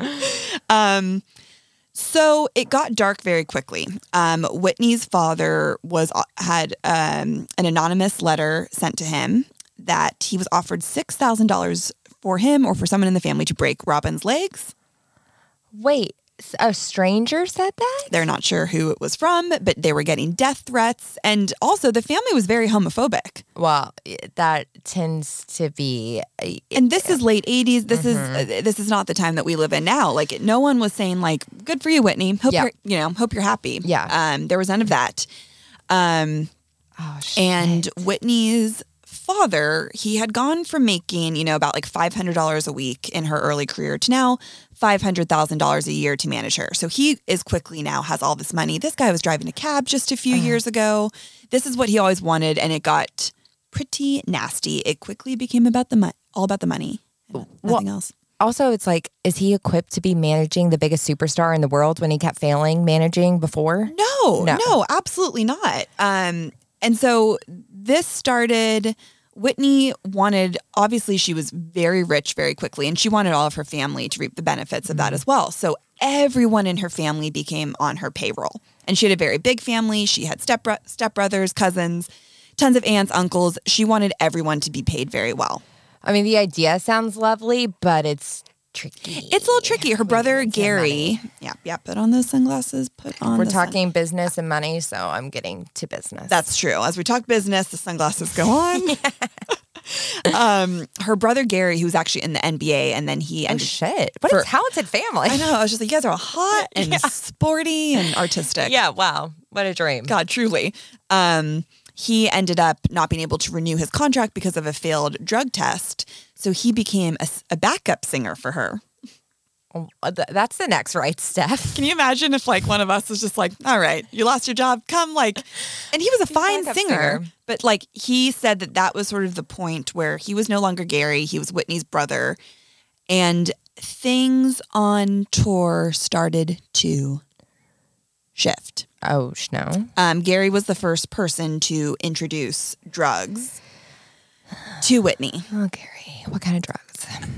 [SPEAKER 3] Um, so it got dark very quickly. Um, Whitney's father was uh, had um, an anonymous letter sent to him that he was offered six thousand dollars for him or for someone in the family to break Robin's legs.
[SPEAKER 2] Wait, s- a stranger said that?
[SPEAKER 3] They're not sure who it was from, but they were getting death threats, and also the family was very homophobic.
[SPEAKER 2] Well, i- that tends to be. I
[SPEAKER 3] And this is late '80s. This is uh, this is not the time that we live in now. Like no one was saying like, "Good for you, Whitney. Hope
[SPEAKER 2] Yeah.
[SPEAKER 3] you're you know hope you're happy."
[SPEAKER 2] Yeah.
[SPEAKER 3] Um, there was none of that. Um,
[SPEAKER 2] oh, sh-
[SPEAKER 3] And Whitney's father, he had gone from making, you know, about like $500 a week in her early career to now $500,000 a year to manage her. So he is quickly now has all this money. This guy was driving a cab just a few years ago. This is what he always wanted and it got pretty nasty. It quickly became about the mo- all about the money. and Nothing else.
[SPEAKER 2] also, it's like, is he equipped to be managing the biggest superstar in the world when he kept failing managing before?
[SPEAKER 3] No,
[SPEAKER 2] No.
[SPEAKER 3] no, absolutely not. Um, and so this started. Whitney wanted, obviously, she was very rich very quickly, and she wanted all of her family to reap the benefits of that
[SPEAKER 2] Mm-hmm.
[SPEAKER 3] as well. So everyone in her family became on her payroll. And she had a very big family. She had step stepbrothers, cousins, tons of aunts, uncles. She wanted everyone to be paid very well.
[SPEAKER 2] I mean, the idea sounds lovely, but it's tricky.
[SPEAKER 3] It's a little tricky. Her brother,
[SPEAKER 2] it's the
[SPEAKER 3] Gary, yeah, yeah, put on those sunglasses, put on
[SPEAKER 2] We're
[SPEAKER 3] the sun-
[SPEAKER 2] talking business and money, so I'm getting to business.
[SPEAKER 3] That's true. As we talk business, the sunglasses go on. um, her brother Gary, who was actually in the NBA, and then he
[SPEAKER 2] oh
[SPEAKER 3] ended.
[SPEAKER 2] shit. What
[SPEAKER 3] For-
[SPEAKER 2] a talented family.
[SPEAKER 3] I know. I was just like, you guys are all hot and sporty and artistic.
[SPEAKER 2] Yeah. Wow. What a dream.
[SPEAKER 3] God, truly. Um, he ended up not being able to renew his contract because of a failed drug test. So he became a, s- a backup singer for her.
[SPEAKER 2] Uh, th- That's the next right step.
[SPEAKER 3] Can you imagine if like one of us was just like, all right, you lost your job, come like, and he was a fine
[SPEAKER 2] backup
[SPEAKER 3] singer,
[SPEAKER 2] singer.
[SPEAKER 3] but like he said that that was sort of the point where he was no longer Gary, he was Whitney's brother, and things on tour started to shift.
[SPEAKER 2] Oh, sh- no.
[SPEAKER 3] Um, Gary was the first person to introduce drugs to Whitney.
[SPEAKER 2] Oh, Gary. What kind of drugs?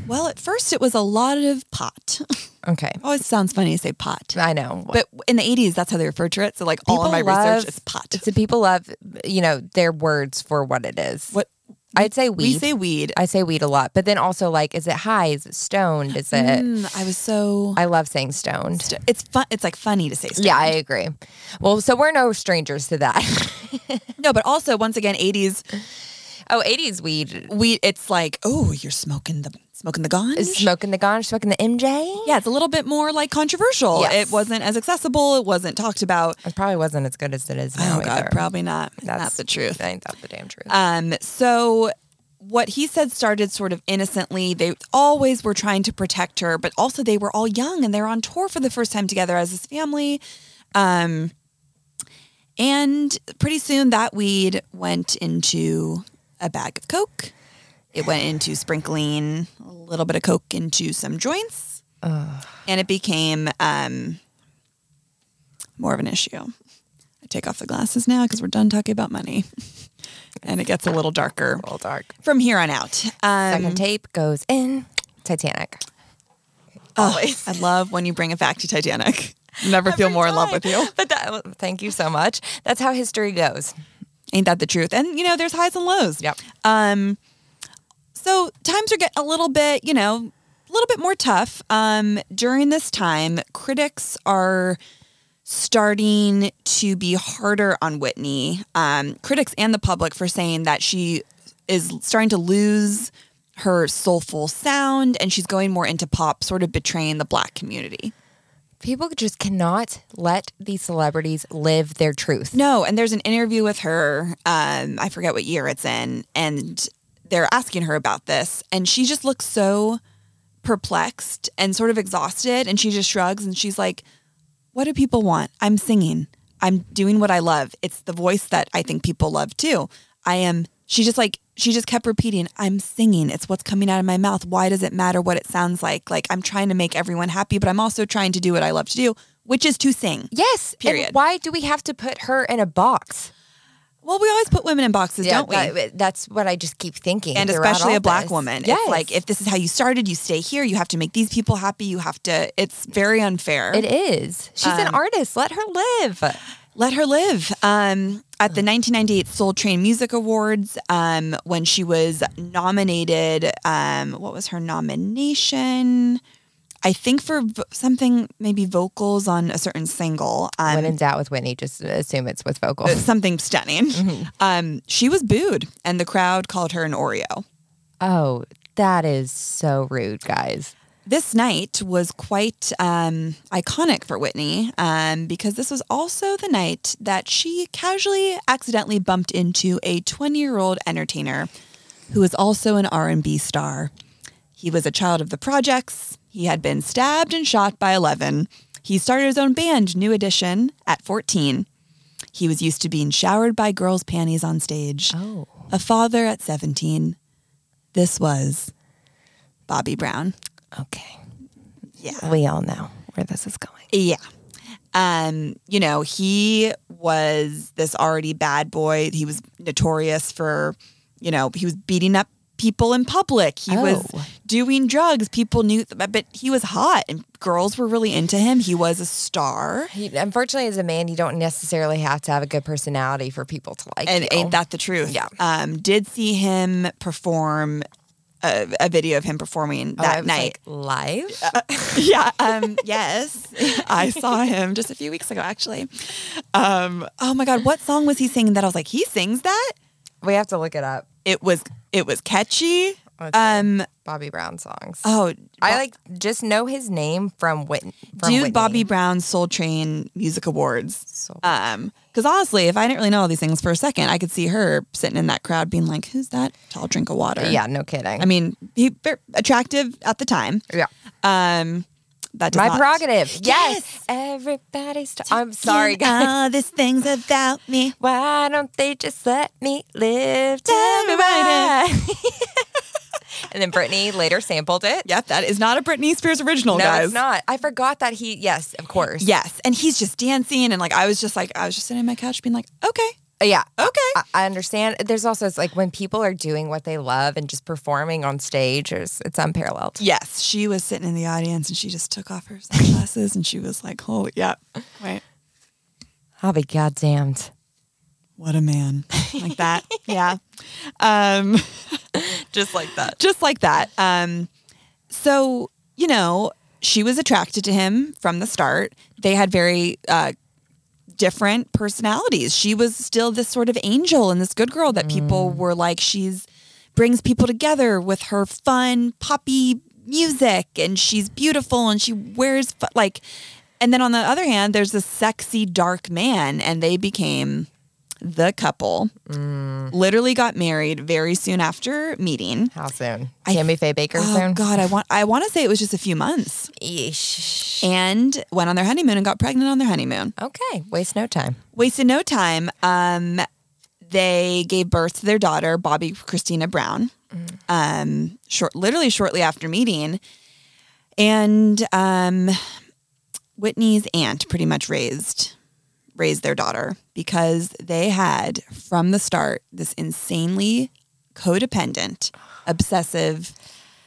[SPEAKER 3] Well, at first it was a lot of pot.
[SPEAKER 2] Okay.
[SPEAKER 3] Always sounds funny to say pot.
[SPEAKER 2] I know.
[SPEAKER 3] But in the 80s, that's how they referred to it. So, like, all of my
[SPEAKER 2] People
[SPEAKER 3] research
[SPEAKER 2] love-
[SPEAKER 3] is pot.
[SPEAKER 2] So people love, you know, their words for what it is.
[SPEAKER 3] What-
[SPEAKER 2] I'd say weed.
[SPEAKER 3] We say weed.
[SPEAKER 2] I say weed a lot, but then also like, is it high? Is it stoned? Is it?
[SPEAKER 3] Mm, I was so.
[SPEAKER 2] I love saying stoned.
[SPEAKER 3] st- it's fun. It's like funny to say stuff.
[SPEAKER 2] Yeah, I agree. Well, so we're no strangers to that.
[SPEAKER 3] No, but also once again, 80s
[SPEAKER 2] oh, 80s weed.
[SPEAKER 3] we. It's like, oh, you're smoking the smoking the gone.
[SPEAKER 2] Is smoking the ganj, smoking the MJ?
[SPEAKER 3] yeah, it's a little bit more like controversial.
[SPEAKER 2] Yes.
[SPEAKER 3] It wasn't as accessible. It wasn't talked about.
[SPEAKER 2] It probably wasn't as good as it is now
[SPEAKER 3] Oh God,
[SPEAKER 2] either.
[SPEAKER 3] probably not. That's not the truth.
[SPEAKER 2] I think that's the damn truth.
[SPEAKER 3] Um, so what he said started sort of innocently. They always were trying to protect her, but also they were all young and they're on tour for the first time together as his family. Um, and pretty soon that weed went into a bag of coke. It went into sprinkling a little bit of coke into some joints, and it became um, more of an issue. I take off the glasses now because we're done talking about money, and it gets a little darker
[SPEAKER 2] All dark.
[SPEAKER 3] from here on out. Um,
[SPEAKER 2] Second tape goes in. Titanic.
[SPEAKER 3] Oh, I love when you bring it back to Titanic. Never feel
[SPEAKER 2] Every
[SPEAKER 3] more in love
[SPEAKER 2] time.
[SPEAKER 3] with you.
[SPEAKER 2] But that, well, thank you so much. That's how history goes.
[SPEAKER 3] Ain't that the truth? And you know, there's highs and lows.
[SPEAKER 2] Yep.
[SPEAKER 3] Um, so times are getting a little bit, you know, a little bit more tough. Um, during this time, critics are starting to be harder on Whitney, um, critics and the public, for saying that she is starting to lose her soulful sound and she's going more into pop, sort of betraying the black community.
[SPEAKER 2] People just cannot let these celebrities live their truth.
[SPEAKER 3] No, and there's an interview with her. Um, I forget what year it's in, and they're asking her about this, and she just looks so perplexed and sort of exhausted, and she just shrugs and she's like, "What do people want? I'm singing. I'm doing what I love. It's the voice that I think people love too. I am." She just like she just kept repeating, "I'm singing. It's what's coming out of my mouth. Why does it matter what it sounds like? Like I'm trying to make everyone happy, but I'm also trying to do what I love to do, which is to sing."
[SPEAKER 2] Yes. and
[SPEAKER 3] Period.
[SPEAKER 2] why do we have to put her in a box?
[SPEAKER 3] Well, we always put women in boxes, don't we?
[SPEAKER 2] that- that's what I just keep thinking.
[SPEAKER 3] and
[SPEAKER 2] throughout
[SPEAKER 3] especially
[SPEAKER 2] all
[SPEAKER 3] a black
[SPEAKER 2] this.
[SPEAKER 3] woman.
[SPEAKER 2] Yes.
[SPEAKER 3] It's like if this is how you started, you stay here. You have to make these people happy. You have to. It's very unfair.
[SPEAKER 2] it is. Um, She's an artist. Let her live.
[SPEAKER 3] Let her live. Um, at the 1998 Soul Train Music Awards, um, when she was nominated, um, what was her nomination? I think for vo- something, maybe vocals on a certain single.
[SPEAKER 2] when
[SPEAKER 3] Um,
[SPEAKER 2] in doubt with Whitney, just assume it's with vocal.
[SPEAKER 3] something stunning.
[SPEAKER 2] Mm-hmm.
[SPEAKER 3] Um, she was booed, and the crowd called her an Oreo.
[SPEAKER 2] Oh, that is so rude, guys.
[SPEAKER 3] This night was quite um, iconic for Whitney um, because this was also the night that she casually accidentally bumped into a 20-year-old entertainer who is also an R&B star. He was a child of the projects. He had been stabbed and shot by 11. He started his own band, New Edition, at 14. He was used to being showered by girls' panties on stage.
[SPEAKER 2] Oh.
[SPEAKER 3] A father at 17. This was Bobby Brown.
[SPEAKER 2] Okay.
[SPEAKER 3] Yeah.
[SPEAKER 2] We all know where this is going.
[SPEAKER 3] Yeah. Um, you know, he was this already bad boy. He was notorious for, you know, he was beating up people in public. He
[SPEAKER 2] Oh.
[SPEAKER 3] was doing drugs. People knew, but he was hot and girls were really into him. He was a star.
[SPEAKER 2] He, unfortunately, as a man, you don't necessarily have to have a good personality for people to like
[SPEAKER 3] And
[SPEAKER 2] you.
[SPEAKER 3] ain't that the truth?
[SPEAKER 2] Yeah.
[SPEAKER 3] Um, did see him perform a, a video of him performing
[SPEAKER 2] Oh, I
[SPEAKER 3] that
[SPEAKER 2] was
[SPEAKER 3] night.
[SPEAKER 2] like, uh, live.
[SPEAKER 3] yeah. Um, yes, I saw him just a few weeks ago, actually. Um, oh my God, what song was he singing that I was like, he sings that?
[SPEAKER 2] we have to look it up.
[SPEAKER 3] It was it was catchy.
[SPEAKER 2] Let's see.
[SPEAKER 3] Um,
[SPEAKER 2] Bobby Brown songs.
[SPEAKER 3] oh,
[SPEAKER 2] I like just know his name from Whitney. From
[SPEAKER 3] dude,
[SPEAKER 2] Whitney.
[SPEAKER 3] Bobby Brown Soul Train Music Awards.
[SPEAKER 2] So-
[SPEAKER 3] Um, because honestly, if I didn't really know all these things for a second, I could see her sitting in that crowd being like, "Who's that tall drink of water?"
[SPEAKER 2] yeah, no kidding.
[SPEAKER 3] I mean, he very attractive at the time.
[SPEAKER 2] yeah.
[SPEAKER 3] Um, that does
[SPEAKER 2] My
[SPEAKER 3] not-
[SPEAKER 2] prerogative. Yes.
[SPEAKER 3] Yes.
[SPEAKER 2] Everybody's. T- I'm sorry,
[SPEAKER 3] You
[SPEAKER 2] guys.
[SPEAKER 3] know All these things about me.
[SPEAKER 2] Why don't they just let me live?
[SPEAKER 3] Tell
[SPEAKER 2] Tell
[SPEAKER 3] me
[SPEAKER 2] me
[SPEAKER 3] why.
[SPEAKER 2] why. and then Britney later sampled it.
[SPEAKER 3] Yep, that is not a Britney Spears original,
[SPEAKER 2] No,
[SPEAKER 3] oh, guys.
[SPEAKER 2] it's not. I forgot that he. Yes, of course.
[SPEAKER 3] Yes, and he's just dancing, and like I was just like I was just sitting on my couch, being like, okay,
[SPEAKER 2] Yeah.
[SPEAKER 3] okay.
[SPEAKER 2] I, I understand. There's also it's like when people are doing what they love and just performing on stage, it's, it's unparalleled.
[SPEAKER 3] Yes, she was sitting in the audience, and she just took off her sunglasses, and she was like, holy, yeah, right,
[SPEAKER 2] I'll be goddamned.
[SPEAKER 3] what a man, like that, yeah, um,
[SPEAKER 2] Just like that.
[SPEAKER 3] just like that. Um, so you know, she was attracted to him from the start. They had very uh, different personalities. She was still this sort of angel and this good girl that
[SPEAKER 2] Mm.
[SPEAKER 3] people were like, she's brings people together with her fun poppy music and she's beautiful and she wears fu- like and then on the other hand there's this sexy dark man and they became the couple literally got married very soon after meeting
[SPEAKER 2] Mm, How soon?
[SPEAKER 3] I-
[SPEAKER 2] Tammy Faye Baker
[SPEAKER 3] oh
[SPEAKER 2] soon.
[SPEAKER 3] god i want i want to say it was just a few months
[SPEAKER 2] Yeesh.
[SPEAKER 3] and went on their honeymoon and got pregnant on their honeymoon
[SPEAKER 2] Okay. Waste no time.
[SPEAKER 3] wasted no time. Um, they gave birth to their daughter, Bobby Christina Brown, um, short, literally shortly after meeting. And um, Whitney's aunt pretty much raised raised their daughter because they had from the start this insanely codependent, obsessive,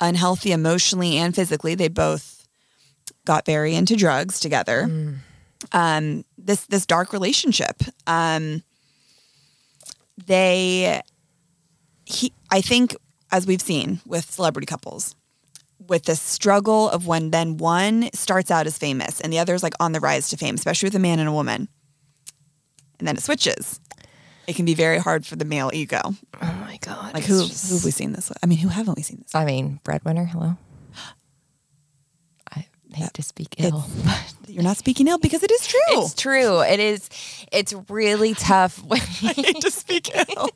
[SPEAKER 3] unhealthy emotionally and physically. They both got very into drugs together um, this this dark relationship. Um, they, he, I think, as we've seen with celebrity couples, with this struggle of when then one starts out as famous and the other is like on the rise to fame, especially with a man and a woman, and then it switches. It can be very hard for the male ego.
[SPEAKER 2] Oh my god.
[SPEAKER 3] Like who who have we seen this? With? I mean, who haven't we seen this?
[SPEAKER 2] I mean, breadwinner. Hello. I hate to speak ill. but
[SPEAKER 3] with? You're not speaking ill because it is true.
[SPEAKER 2] It's true. It is. It's really tough. when-
[SPEAKER 3] to speak ill.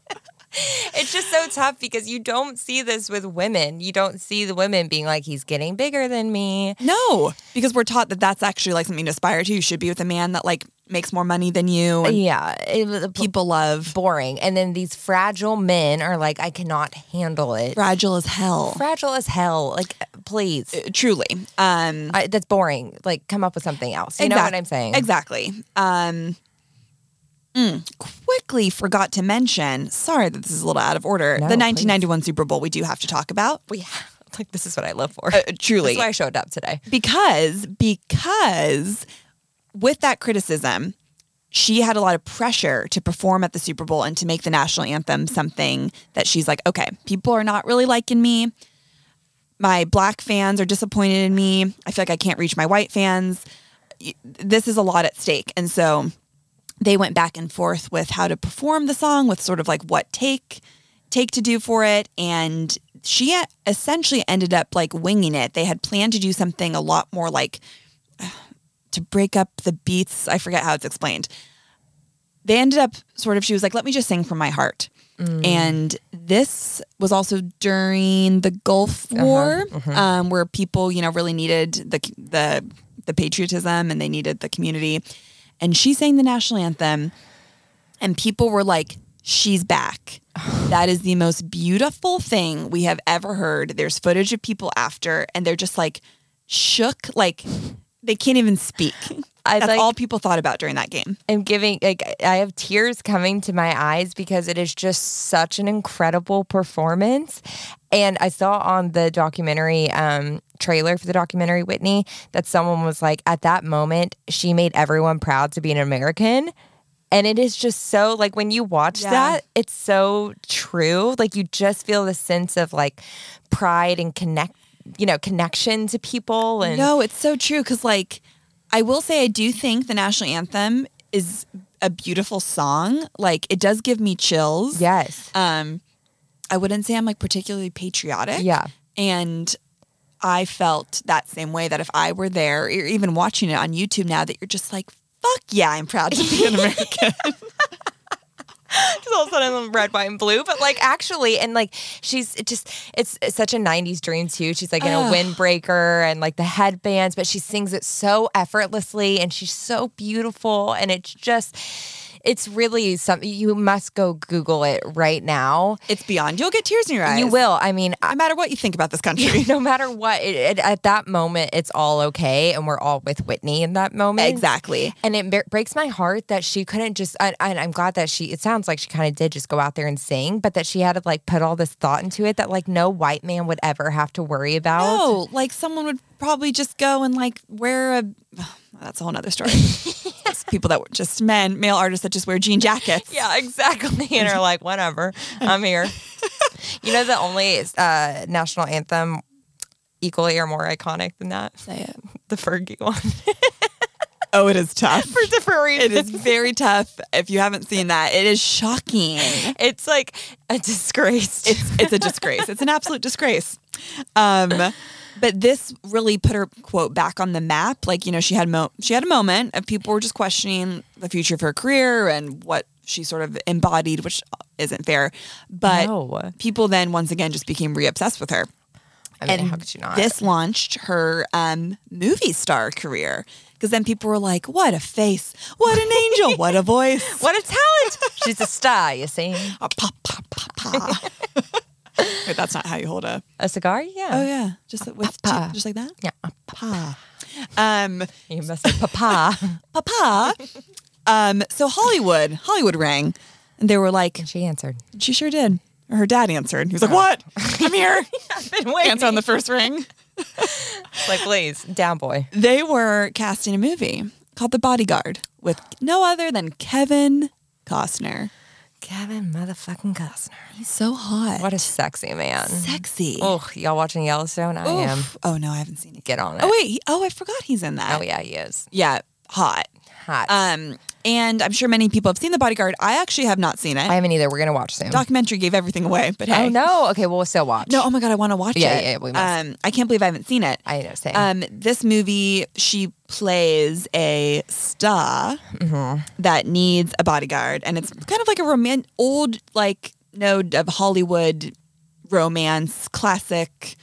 [SPEAKER 2] it's just so tough because you don't see this with women. You don't see the women being like, "He's getting bigger than me."
[SPEAKER 3] No, because we're taught that that's actually like something to aspire to. You should be with a man that like makes more money than you and
[SPEAKER 2] Yeah, it was
[SPEAKER 3] people love.
[SPEAKER 2] boring. And then these fragile men are like, "I cannot handle it."
[SPEAKER 3] Fragile as hell.
[SPEAKER 2] Fragile as hell. Like, please.
[SPEAKER 3] Uh, Truly. Um
[SPEAKER 2] I, that's boring. Like, come up with something else. You know
[SPEAKER 3] exact-
[SPEAKER 2] what I'm saying?
[SPEAKER 3] Exactly. Um mm, quickly forgot to mention, sorry that this is a little out of order.
[SPEAKER 2] No,
[SPEAKER 3] the 1991 Super Bowl we do have to talk about.
[SPEAKER 2] We have, like this is what I live for.
[SPEAKER 3] Uh, truly.
[SPEAKER 2] That's why I showed up today.
[SPEAKER 3] because because with that criticism she had a lot of pressure to perform at the super bowl and to make the national anthem something that she's like okay people are not really liking me my black fans are disappointed in me i feel like i can't reach my white fans Y- this is a lot at stake and so they went back and forth with how to perform the song with sort of like what take take to do for it and she e- essentially ended up like winging it they had planned to do something a lot more like to break up the beats i forget how it's explained they ended up sort of she was like let me just sing from my heart
[SPEAKER 2] Mm.
[SPEAKER 3] and this was also during the gulf war um, where people you know really needed the the the patriotism and they needed the community and she sang the national anthem and people were like she's back that is the most beautiful thing we have ever heard there's footage of people after and they're just like shook like they can't even speak
[SPEAKER 2] I
[SPEAKER 3] that's
[SPEAKER 2] like-
[SPEAKER 3] all people thought about during that game
[SPEAKER 2] I'm giving like I have tears coming to my eyes because it is just such an incredible performance. And I saw on the documentary um trailer for the documentary Whitney that someone was like at that moment she made everyone proud to be an American. And it is just so like when you watch
[SPEAKER 3] Yeah.
[SPEAKER 2] that, it's so true. Like you just feel the sense of like pride and connect, you know, connection to people and
[SPEAKER 3] No, it's so true because, like, I will say, I do think the national anthem is a beautiful song. Like, it does give me chills.
[SPEAKER 2] yes.
[SPEAKER 3] Um, I wouldn't say I'm like particularly patriotic.
[SPEAKER 2] Yeah.
[SPEAKER 3] And I felt that same way that if I were there, or even watching it on YouTube now, that you're just like, fuck yeah, I'm proud to be an American.
[SPEAKER 2] just all of a sudden red, white, and blue. But like actually, and like she's it just it's, it's such a '90s dream too. She's like in a
[SPEAKER 3] Ugh.
[SPEAKER 2] windbreaker and like the headbands, but she sings it so effortlessly, and she's so beautiful, and it's just. It's really something you must go Google it right now.
[SPEAKER 3] It's beyond. You'll get tears in your eyes.
[SPEAKER 2] You will. I mean, I,
[SPEAKER 3] No matter what you think about this country.
[SPEAKER 2] no matter what, it, it, at that moment, it's all okay. And we're all with Whitney in that moment.
[SPEAKER 3] exactly.
[SPEAKER 2] And it bre- breaks my heart that she couldn't just, and, and I'm glad that she, it sounds like she kind of did just go out there and sing, but that she had to like put all this thought into it that like no white man would ever have to worry about.
[SPEAKER 3] Oh, like someone would probably just go and like wear a. that's a whole nother story. It's people that were just men, male artists that just wear jean jackets.
[SPEAKER 2] Yeah, exactly. And are like, whatever, I'm here. you know, the only uh, national anthem equally or more iconic than that?
[SPEAKER 3] Say it.
[SPEAKER 2] The Fergie one.
[SPEAKER 3] Oh, it is tough.
[SPEAKER 2] For different reasons.
[SPEAKER 3] it is very tough. If you haven't seen that, it is shocking.
[SPEAKER 2] It's like a disgrace.
[SPEAKER 3] It's it's a disgrace. It's an absolute disgrace. Um, but this really put her quote back on the map. Like you know, she had mo- she had a moment of people were just questioning the future of her career and what she sort of embodied, which isn't fair. But
[SPEAKER 2] No.
[SPEAKER 3] people then once again just became re obsessed with her.
[SPEAKER 2] I mean, how could you not?
[SPEAKER 3] This launched her um, movie star career because then people were like, "What a face! What an angel! What Oh, a voice!"
[SPEAKER 2] what a talent! She's a star, you see.
[SPEAKER 3] a pa pa pa pa. Wait, that's not how you hold a.
[SPEAKER 2] A cigar? Yeah.
[SPEAKER 3] Oh yeah, just with two, just like that.
[SPEAKER 2] Yeah. a
[SPEAKER 3] Pa. Um,
[SPEAKER 2] You must say papa.
[SPEAKER 3] papa. Um, so Hollywood, Hollywood rang, and they were like,
[SPEAKER 2] she answered.
[SPEAKER 3] "She sure did." Or her dad answered. He was like, "What? I'm here."
[SPEAKER 2] Been waiting.
[SPEAKER 3] Answer on the first ring.
[SPEAKER 2] Like, please, down boy.
[SPEAKER 3] They were casting a movie called The Bodyguard with no other than Kevin Costner.
[SPEAKER 2] Kevin motherfucking Costner.
[SPEAKER 3] He's so hot,
[SPEAKER 2] What a sexy man.
[SPEAKER 3] sexy.
[SPEAKER 2] Oh, y'all watching Yellowstone? I am.
[SPEAKER 3] Oof. Oh no, I haven't seen it.
[SPEAKER 2] Get on it.
[SPEAKER 3] Oh wait. he- oh, I forgot he's in that.
[SPEAKER 2] Oh, yeah, he is.
[SPEAKER 3] yeah, hot.
[SPEAKER 2] Hot.
[SPEAKER 3] Um, and I'm sure many people have seen The Bodyguard. I actually have not seen it.
[SPEAKER 2] I haven't either. We're going to watch soon.
[SPEAKER 3] Documentary gave everything away, but hey.
[SPEAKER 2] oh, no. Okay, well, we'll still watch.
[SPEAKER 3] No, oh my god, I want to watch
[SPEAKER 2] Yeah,
[SPEAKER 3] it.
[SPEAKER 2] yeah, we must.
[SPEAKER 3] Um, I can't believe I haven't seen it.
[SPEAKER 2] I know, same.
[SPEAKER 3] Um, this movie, she plays a star
[SPEAKER 2] Mm-hmm.
[SPEAKER 3] that needs a bodyguard, and it's kind of like a roman old like node of Hollywood romance, classic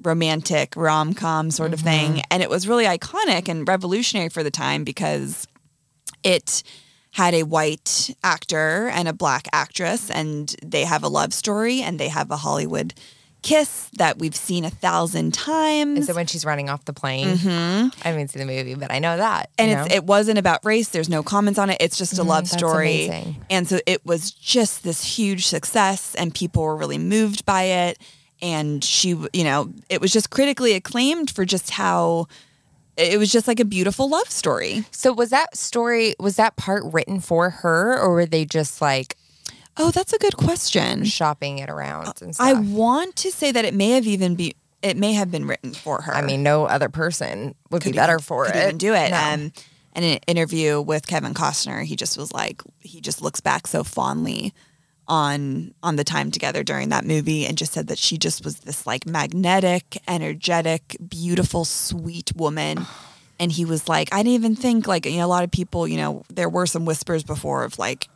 [SPEAKER 3] romantic rom com sort of
[SPEAKER 2] Mm-hmm.
[SPEAKER 3] thing, and it was really iconic and revolutionary for the time because it had a white actor and a black actress, and they have a love story and they have a Hollywood kiss that we've seen a thousand times.
[SPEAKER 2] Is it when she's running off the plane? I haven't seen the movie, but I know that.
[SPEAKER 3] Mm-hmm. and
[SPEAKER 2] you
[SPEAKER 3] it's,
[SPEAKER 2] know?
[SPEAKER 3] it wasn't about race. There's no comments on it. It's just a love
[SPEAKER 2] that's
[SPEAKER 3] story.
[SPEAKER 2] amazing.
[SPEAKER 3] And so it was just this huge success, and people were really moved by it. And she, you know, it was just critically acclaimed for just how it was just like a beautiful love story.
[SPEAKER 2] So was that story was that part written for her or were they just like
[SPEAKER 3] Oh, that's a good question.
[SPEAKER 2] shopping it around and
[SPEAKER 3] Mm. I
[SPEAKER 2] stuff?
[SPEAKER 3] want to say that it may have even be it may have been written for her.
[SPEAKER 2] I, mean, no other person would be better for
[SPEAKER 3] could
[SPEAKER 2] it.
[SPEAKER 3] even do it.
[SPEAKER 2] No.
[SPEAKER 3] Um, in an interview with Kevin Costner, he just was like, he just looks back so fondly on on the time together during that movie, and just said that she just was this like magnetic, energetic, beautiful, sweet woman. And he was like, I didn't even think like you know a lot of people, you know, there were some whispers before of like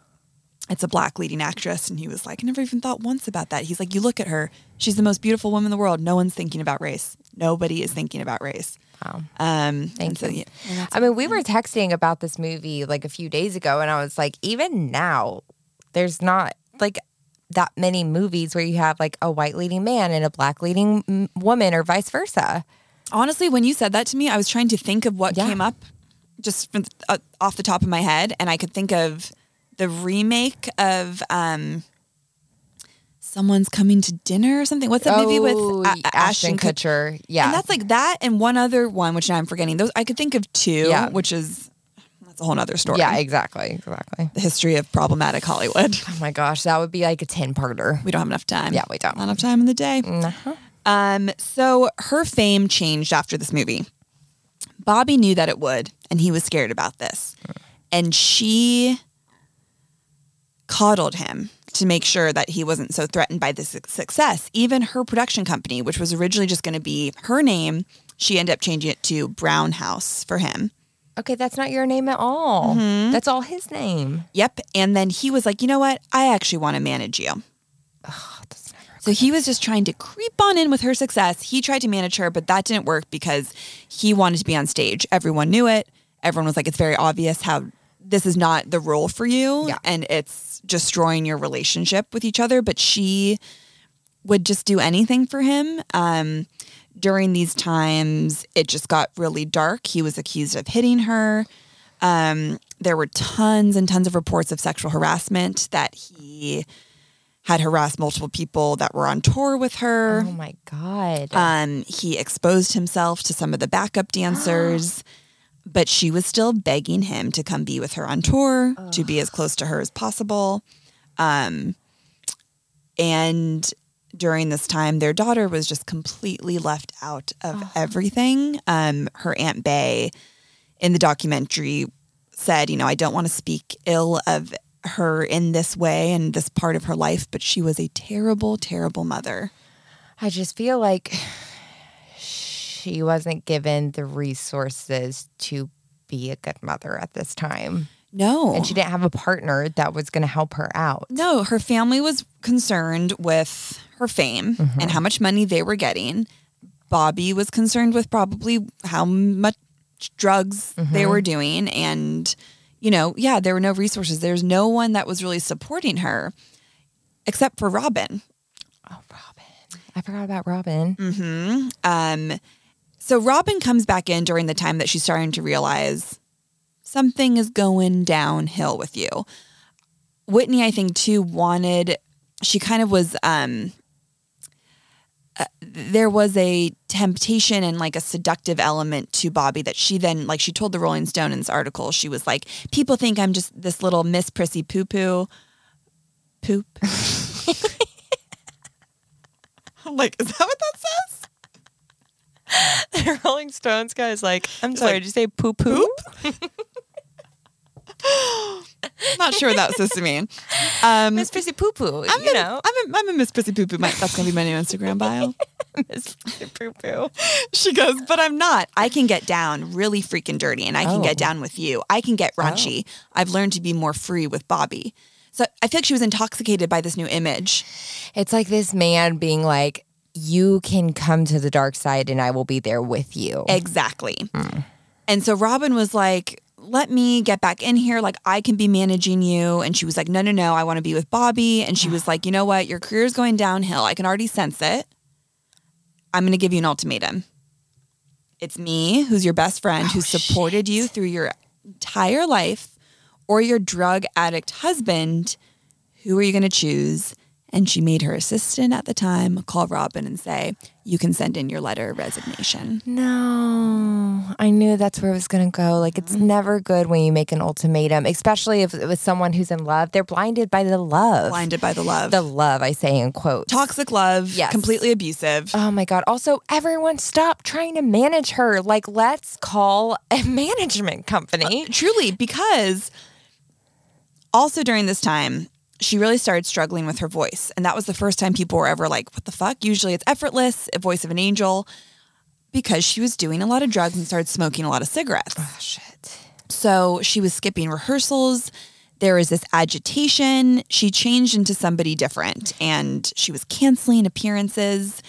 [SPEAKER 3] it's a black leading actress and he was like i never even thought once about that he's like you look at her she's the most beautiful woman in the world no one's thinking about race nobody is thinking about race wow um thank you
[SPEAKER 2] I mean,
[SPEAKER 3] mm.
[SPEAKER 2] we were texting about this movie like a few days ago, and I was like, even now, there's not like that many movies where you have like a white leading man and a black leading m- woman, or vice versa.
[SPEAKER 3] honestly when you said that to me i was trying to think of what
[SPEAKER 2] Yeah.
[SPEAKER 3] came up just from, uh, off the top of my head and i could think of the remake of um someone's coming to dinner or something what's that movie with
[SPEAKER 2] Oh,
[SPEAKER 3] A-
[SPEAKER 2] y-
[SPEAKER 3] A-
[SPEAKER 2] Ashton
[SPEAKER 3] Kut-
[SPEAKER 2] Kutcher? Yeah,
[SPEAKER 3] And that's like that and one other one, which now I'm forgetting. Those I could think of two,
[SPEAKER 2] Yeah.
[SPEAKER 3] which is that's a whole nother story.
[SPEAKER 2] yeah, exactly, exactly.
[SPEAKER 3] the history of problematic Hollywood.
[SPEAKER 2] Oh my gosh, that would be like a ten parter.
[SPEAKER 3] We don't have enough time.
[SPEAKER 2] Yeah, we don't. Mm-hmm.
[SPEAKER 3] Not enough time in the day. Um, so her fame changed after this movie. Bobby knew that it would, and he was scared about this. And she coddled him to make sure that he wasn't so threatened by this success. Even her production company, which was originally just going to be her name, she ended up changing it to Brown House for him.
[SPEAKER 2] Okay, that's not your name at all.
[SPEAKER 3] Mm-hmm.
[SPEAKER 2] That's all his name.
[SPEAKER 3] Yep. And then he was like, you know what? I actually want to manage you.
[SPEAKER 2] Oh, that's never-
[SPEAKER 3] So he was just trying to creep on in with her success. He tried to manage her, but that didn't work because he wanted to be on stage. Everyone knew it. Everyone was like, it's very obvious how this is not the role for you.
[SPEAKER 2] Yeah.
[SPEAKER 3] And it's destroying your relationship with each other. But she would just do anything for him. Um, during these times, it just got really dark. He was accused of hitting her. Um, there were tons and tons of reports of sexual harassment that he had harassed multiple people that were on tour with her.
[SPEAKER 2] oh my God.
[SPEAKER 3] Um, he exposed himself to some of the backup dancers, but she was still begging him to come be with her on tour, to be as close to her as possible. Um, and during this time, their daughter was just completely left out of everything. Um, her Aunt Bay in the documentary said, you know, I don't want to speak ill of her in this way and this part of her life, but she was a terrible, terrible mother.
[SPEAKER 2] I just feel like she wasn't given the resources to be a good mother at this time.
[SPEAKER 3] No.
[SPEAKER 2] And she didn't have a partner that was going to help her out.
[SPEAKER 3] No, her family was concerned with her fame
[SPEAKER 2] Mm-hmm. Uh-huh.
[SPEAKER 3] and how much money they were getting. Bobby was concerned with probably how much drugs they were doing. And, you know, yeah, there were no resources. There's no one that was really supporting her except for Robin.
[SPEAKER 2] Oh, Robin. I forgot about Robin.
[SPEAKER 3] Um, so Robin comes back in during the time that she's starting to realize something is going downhill with you. Whitney, I think, too, wanted, she kind of was, um, uh, there was a temptation and like a seductive element to Bobby that she then, like, she told the Rolling Stone in this article, she was like, people think I'm just this little Miss Prissy Poo Poo. Poop. I'm like, is that what that says?
[SPEAKER 2] The Rolling Stones guy is like, I'm sorry, did you say poo poo?
[SPEAKER 3] Not sure what that was supposed to mean. Um,
[SPEAKER 2] Miss Prissy Poo Poo.
[SPEAKER 3] I'm
[SPEAKER 2] You
[SPEAKER 3] gonna-
[SPEAKER 2] know,
[SPEAKER 3] I'm a, I'm a Miss Pussy Poo Poo. My- That's gonna be my new Instagram bio.
[SPEAKER 2] Miss Prissy Poo Poo.
[SPEAKER 3] she goes, but I'm not. I can get down really freaking dirty, and I can
[SPEAKER 2] Oh.
[SPEAKER 3] get down with you. I can get raunchy. I've learned to be more free with Bobby. So I feel like she was intoxicated by this new image.
[SPEAKER 2] It's like this man being like, you can come to the dark side and I will be there with you.
[SPEAKER 3] Exactly. And so Robin was like, let me get back in here. Like, I can be managing you. And she was like, no, no, no. I want to be with Bobby. And she was like, you know what? Your career's going downhill. I can already sense it. I'm going to give you an ultimatum. It's me, who's your best friend, who supported you through your entire life, or your drug addict husband. Who are you going to choose? And she made her assistant at the time call Robin and say, you can send in your letter of resignation.
[SPEAKER 2] No, I knew that's where it was going to go. Like, it's never good when you make an ultimatum, especially if it was someone who's in love. They're blinded by the love.
[SPEAKER 3] blinded by the love.
[SPEAKER 2] The love, I say in quotes.
[SPEAKER 3] toxic love,
[SPEAKER 2] Yes.
[SPEAKER 3] completely abusive.
[SPEAKER 2] Oh my God. Also, everyone stop trying to manage her. Like, let's call a management company.
[SPEAKER 3] Truly, because also during this time, she really started struggling with her voice. And that was the first time people were ever like, what the fuck? Usually it's effortless, a voice of an angel, because she was doing a lot of drugs and started smoking a lot of cigarettes.
[SPEAKER 2] Oh, shit.
[SPEAKER 3] So she was skipping rehearsals. There was this agitation. She changed into somebody different and she was canceling appearances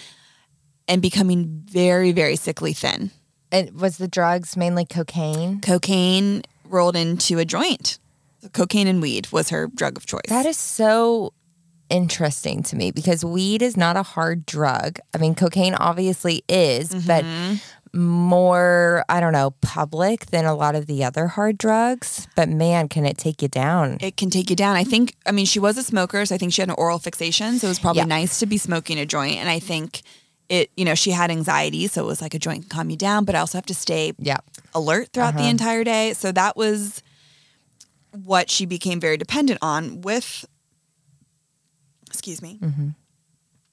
[SPEAKER 3] and becoming very, very sickly thin.
[SPEAKER 2] And was the drugs mainly cocaine?
[SPEAKER 3] cocaine rolled into a joint. Cocaine and weed was her drug of choice.
[SPEAKER 2] That is so interesting to me because weed is not a hard drug. I mean, cocaine obviously is,
[SPEAKER 3] Mm-hmm.
[SPEAKER 2] but more, I don't know, public than a lot of the other hard drugs. But man, can it take you down?
[SPEAKER 3] it can take you down. I think, I mean, she was a smoker, so I think she had an oral fixation. So it was probably
[SPEAKER 2] Yeah.
[SPEAKER 3] nice to be smoking a joint. And I think it, you know, she had anxiety. So it was like a joint can calm you down, but I also have to stay
[SPEAKER 2] Yeah. Uh-huh.
[SPEAKER 3] alert throughout the entire day. So that was what she became very dependent on with, excuse me,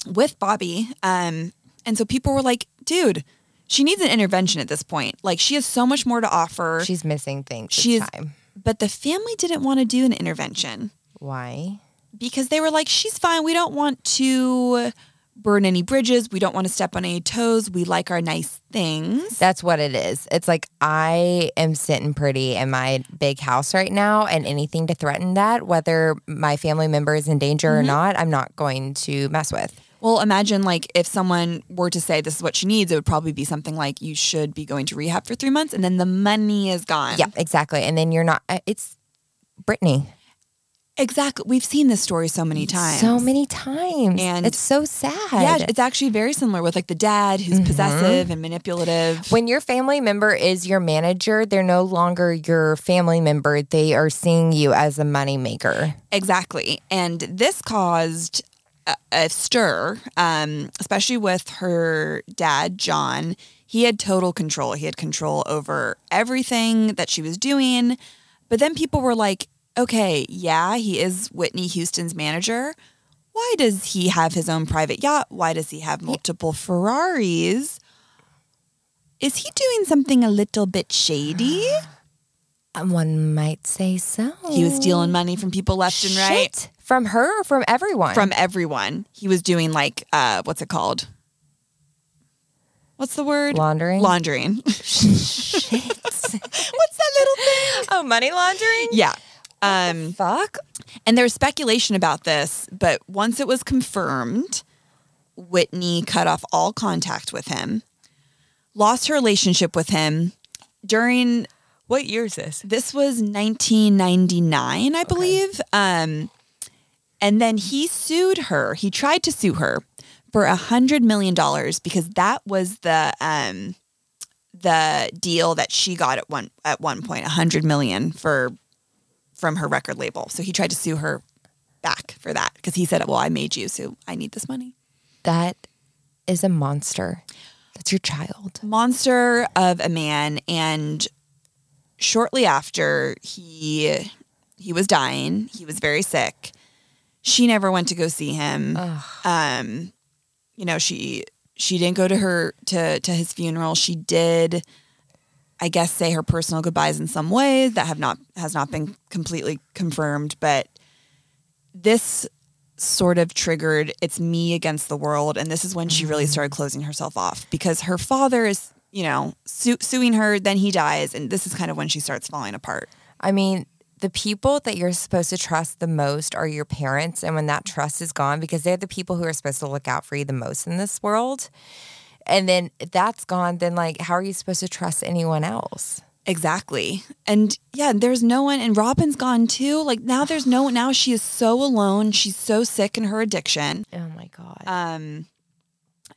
[SPEAKER 3] with Bobby. Um, and so people were like, dude, she needs an intervention at this point. Like she has so much more to offer.
[SPEAKER 2] She's missing things.
[SPEAKER 3] She
[SPEAKER 2] She's,
[SPEAKER 3] is-
[SPEAKER 2] time.
[SPEAKER 3] but the family didn't want to do an intervention
[SPEAKER 2] Why?
[SPEAKER 3] because they were like, she's fine. We don't want to burn any bridges. We don't want to step on any toes. We like our nice things.
[SPEAKER 2] That's what it is. It's like I am sitting pretty in my big house right now, and anything to threaten that, whether my family member is in danger
[SPEAKER 3] Mm-hmm.
[SPEAKER 2] or not, I'm not going to mess with.
[SPEAKER 3] Well, imagine like if someone were to say this is what she needs, it would probably be something like you should be going to rehab for three months, and then the money is gone.
[SPEAKER 2] Yeah, exactly. And then you're not. uh, It's Brittany.
[SPEAKER 3] exactly. We've seen this story so many times.
[SPEAKER 2] So many times,
[SPEAKER 3] And-
[SPEAKER 2] and it's so sad.
[SPEAKER 3] Yeah, it's actually very similar with like the dad who's possessive and manipulative.
[SPEAKER 2] When your family member is your manager, they're no longer your family member. They are seeing you as a moneymaker.
[SPEAKER 3] Exactly. And this caused a, a stir, um, especially with her dad, John. He had total control. He had control over everything that she was doing. But then people were like, okay, yeah, he is Whitney Houston's manager. Why does he have his own private yacht? Why does he have multiple Ferraris? Is he doing something a little bit shady?
[SPEAKER 2] Um, One might say so.
[SPEAKER 3] He was stealing money from people left and right.
[SPEAKER 2] Shit. From her or from everyone?
[SPEAKER 3] from everyone. He was doing like uh what's it called? What's the word?
[SPEAKER 2] laundering.
[SPEAKER 3] Laundering. what's that little thing?
[SPEAKER 2] oh, money laundering?
[SPEAKER 3] Yeah. Um
[SPEAKER 2] Fuck.
[SPEAKER 3] and there's speculation about this, but once it was confirmed, Whitney cut off all contact with him. Lost her relationship with him during
[SPEAKER 2] What year is this?
[SPEAKER 3] This was 1999, I believe. Um, and then he sued her. He tried to sue her for a hundred million dollars because that was the um, the deal that she got at one at one point, a hundred million for from her record label. So he tried to sue her back for that because he said, "Well, I made you, so I need this money."
[SPEAKER 2] That is a monster. That's your child.
[SPEAKER 3] monster of a man and shortly after he he was dying he was very sick she never went to go see
[SPEAKER 2] Oh.
[SPEAKER 3] him um you know she she didn't go to her to to his funeral she did i guess say her personal goodbyes in some ways that have not has not been completely confirmed but this sort of triggered it's me against the world and this is when she really started closing herself off because her father is you know su- suing her then he dies and this is kind of when she starts falling apart
[SPEAKER 2] I mean, the people that you're supposed to trust the most are your parents. And when that trust is gone, because they're the people who are supposed to look out for you the most in this world, and then if that's gone, then like, how are you supposed to trust anyone else?
[SPEAKER 3] exactly and yeah there's no one and robin's gone too like now there's no now she is so alone she's so sick in her addiction
[SPEAKER 2] Oh my God.
[SPEAKER 3] Um,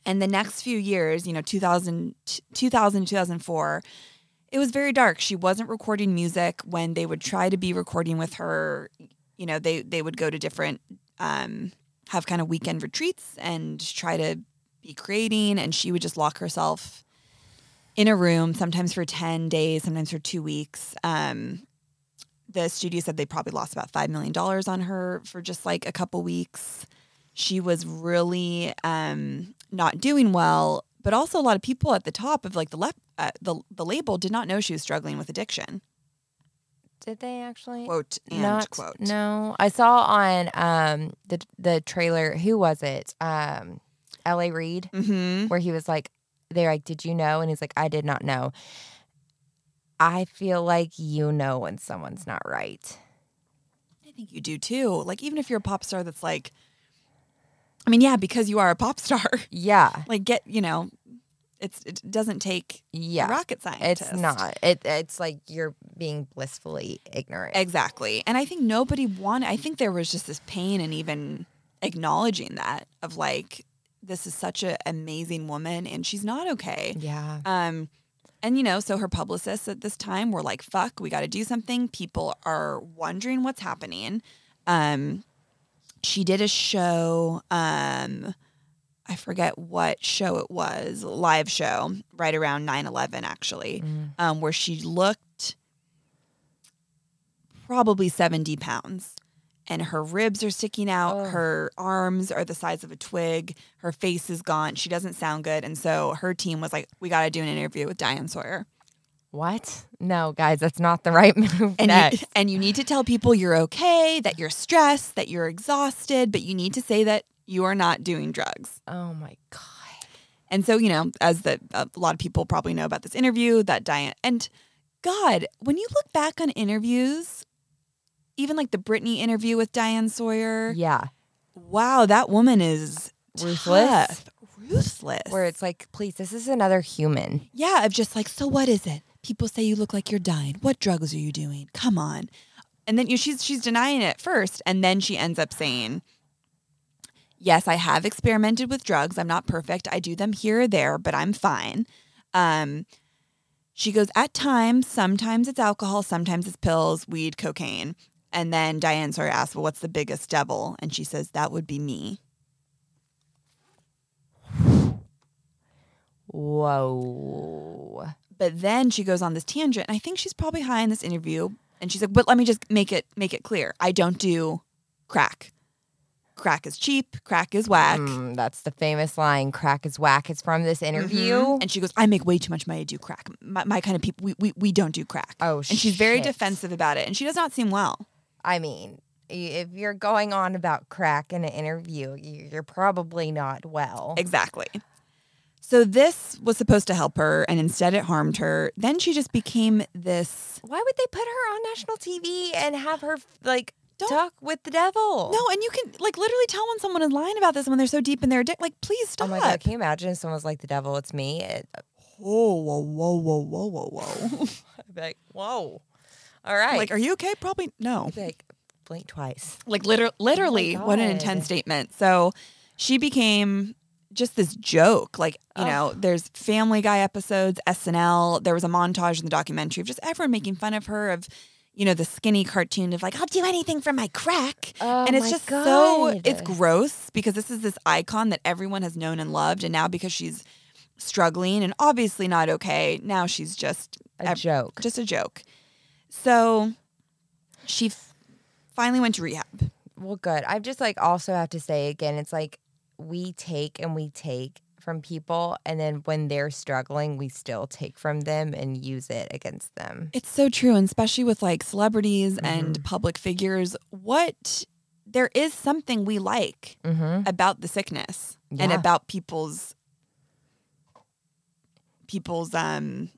[SPEAKER 3] and the next few years, you know, 2000, 2000 2004, it was very dark. She wasn't recording music when they would try to be recording with her. You know, they, they would go to different, um, have kind of weekend retreats and try to be creating. And she would just lock herself in a room, sometimes for 10 days, sometimes for two weeks. Um, the studio said they probably lost about $5 million on her for just like a couple weeks she was really um, not doing well. But also, a lot of people at the top of like the left, uh, the the label did not know she was struggling with addiction.
[SPEAKER 2] Did they actually?
[SPEAKER 3] Quote and
[SPEAKER 2] Not-
[SPEAKER 3] quote.
[SPEAKER 2] No, I saw on um the the trailer. Who was it? Um, L.A. Reid,
[SPEAKER 3] Mm-hmm.
[SPEAKER 2] where he was like, "They're like, did you know?" And he's like, "I did not know." I feel like you know when someone's not right.
[SPEAKER 3] I think you do too. Like even if you're a pop star, that's like, I mean, yeah, because you are a pop star.
[SPEAKER 2] Yeah,
[SPEAKER 3] like get you know, it's it doesn't take
[SPEAKER 2] yeah.
[SPEAKER 3] rocket science.
[SPEAKER 2] it's not. It it's like you're being blissfully ignorant.
[SPEAKER 3] Exactly. And I think nobody wanted, I think there was just this pain in even acknowledging that of like, this is such an amazing woman and she's not okay.
[SPEAKER 2] yeah.
[SPEAKER 3] Um, and you know, so her publicists at this time were like, "Fuck, we got to do something." People are wondering what's happening. Um, she did a show. Um, I forget what show it was, live show, right around 9-11, actually,
[SPEAKER 2] Mm.
[SPEAKER 3] um, where she looked probably seventy pounds. And her ribs are sticking out.
[SPEAKER 2] Ugh.
[SPEAKER 3] Her arms are the size of a twig. Her face is gaunt. She doesn't sound good. And so her team was like, "We got to do an interview with Diane Sawyer."
[SPEAKER 2] What? No, guys, that's not the right move.
[SPEAKER 3] And
[SPEAKER 2] Next.
[SPEAKER 3] you, and you need to tell people you're okay, that you're stressed, that you're exhausted, but you need to say that you are not doing drugs.
[SPEAKER 2] Oh my god.
[SPEAKER 3] And so, you know, as the, a lot of people probably know about this interview, that Diane, and God, when you look back on interviews, even like the Britney interview with Diane Sawyer,
[SPEAKER 2] Yeah.
[SPEAKER 3] wow, that woman is
[SPEAKER 2] Ruthless.
[SPEAKER 3] tough, ruthless.
[SPEAKER 2] Where it's like, please, this is another human.
[SPEAKER 3] Yeah, of just like, so what is it? People say you look like you're dying. What drugs are you doing? Come on. And then you know, she's she's denying it first, and then she ends up saying, "Yes, I have experimented with drugs. I'm not perfect. I do them here or there, but I'm fine." Um, she goes, "At times, sometimes it's alcohol, sometimes it's pills, weed, cocaine." And then Diane Sawyer asks, "Well, what's the biggest devil?" And she says, "That would be me."
[SPEAKER 2] Whoa.
[SPEAKER 3] but then she goes on this tangent and i think she's probably high in this interview and she's like but let me just make it make it clear i don't do crack crack is cheap crack is whack Mm-hmm.
[SPEAKER 2] Mm, that's the famous line. Crack is whack. It's from this interview.
[SPEAKER 3] and she goes i make way too much money to do crack my, my kind of people we, we, we don't do crack
[SPEAKER 2] Oh,
[SPEAKER 3] and she's very
[SPEAKER 2] shit.
[SPEAKER 3] defensive about it and she does not seem well
[SPEAKER 2] I mean, i- if you're going on about crack in an interview, you- you're probably not well.
[SPEAKER 3] exactly so this was supposed to help her and instead it harmed her then she just became this
[SPEAKER 2] Why would they put her on national TV and have her like
[SPEAKER 3] Don't-
[SPEAKER 2] talk with the devil?
[SPEAKER 3] no and you can like literally tell when someone is lying about this when they're so deep in their dick like please
[SPEAKER 2] Oh
[SPEAKER 3] stop
[SPEAKER 2] my god! Can you imagine if someone was like, "The devil, it's me"? It, uh,
[SPEAKER 3] whoa Oh, whoa whoa whoa whoa whoa whoa
[SPEAKER 2] I'd be like, "Whoa, all right."
[SPEAKER 3] Like, are you okay? Probably no. Oh
[SPEAKER 2] I'd be like, blink twice.
[SPEAKER 3] Like, liter- literally, what an
[SPEAKER 2] God.
[SPEAKER 3] intense statement. So she became just this joke. Like, you know, there's Family Guy episodes, SNL. There was a montage in the documentary of just everyone making fun of her, of, you know, the skinny cartoon of like, I'll do anything for my crack.
[SPEAKER 2] Oh
[SPEAKER 3] and it's
[SPEAKER 2] my
[SPEAKER 3] just so,
[SPEAKER 2] God.
[SPEAKER 3] it's gross because this is this icon that everyone has known and loved. And now because she's struggling and obviously not okay, now she's just
[SPEAKER 2] A
[SPEAKER 3] ev-
[SPEAKER 2] joke.
[SPEAKER 3] just a joke. So she f- finally went to rehab.
[SPEAKER 2] Well, good. I just like also have to say again, it's like we take and we take from people, and then when they're struggling, we still take from them and use it against them.
[SPEAKER 3] It's so true, and especially with like celebrities and public figures, what there is something we like
[SPEAKER 2] Mm-hmm.
[SPEAKER 3] about the sickness and
[SPEAKER 2] Yeah.
[SPEAKER 3] about people's people's um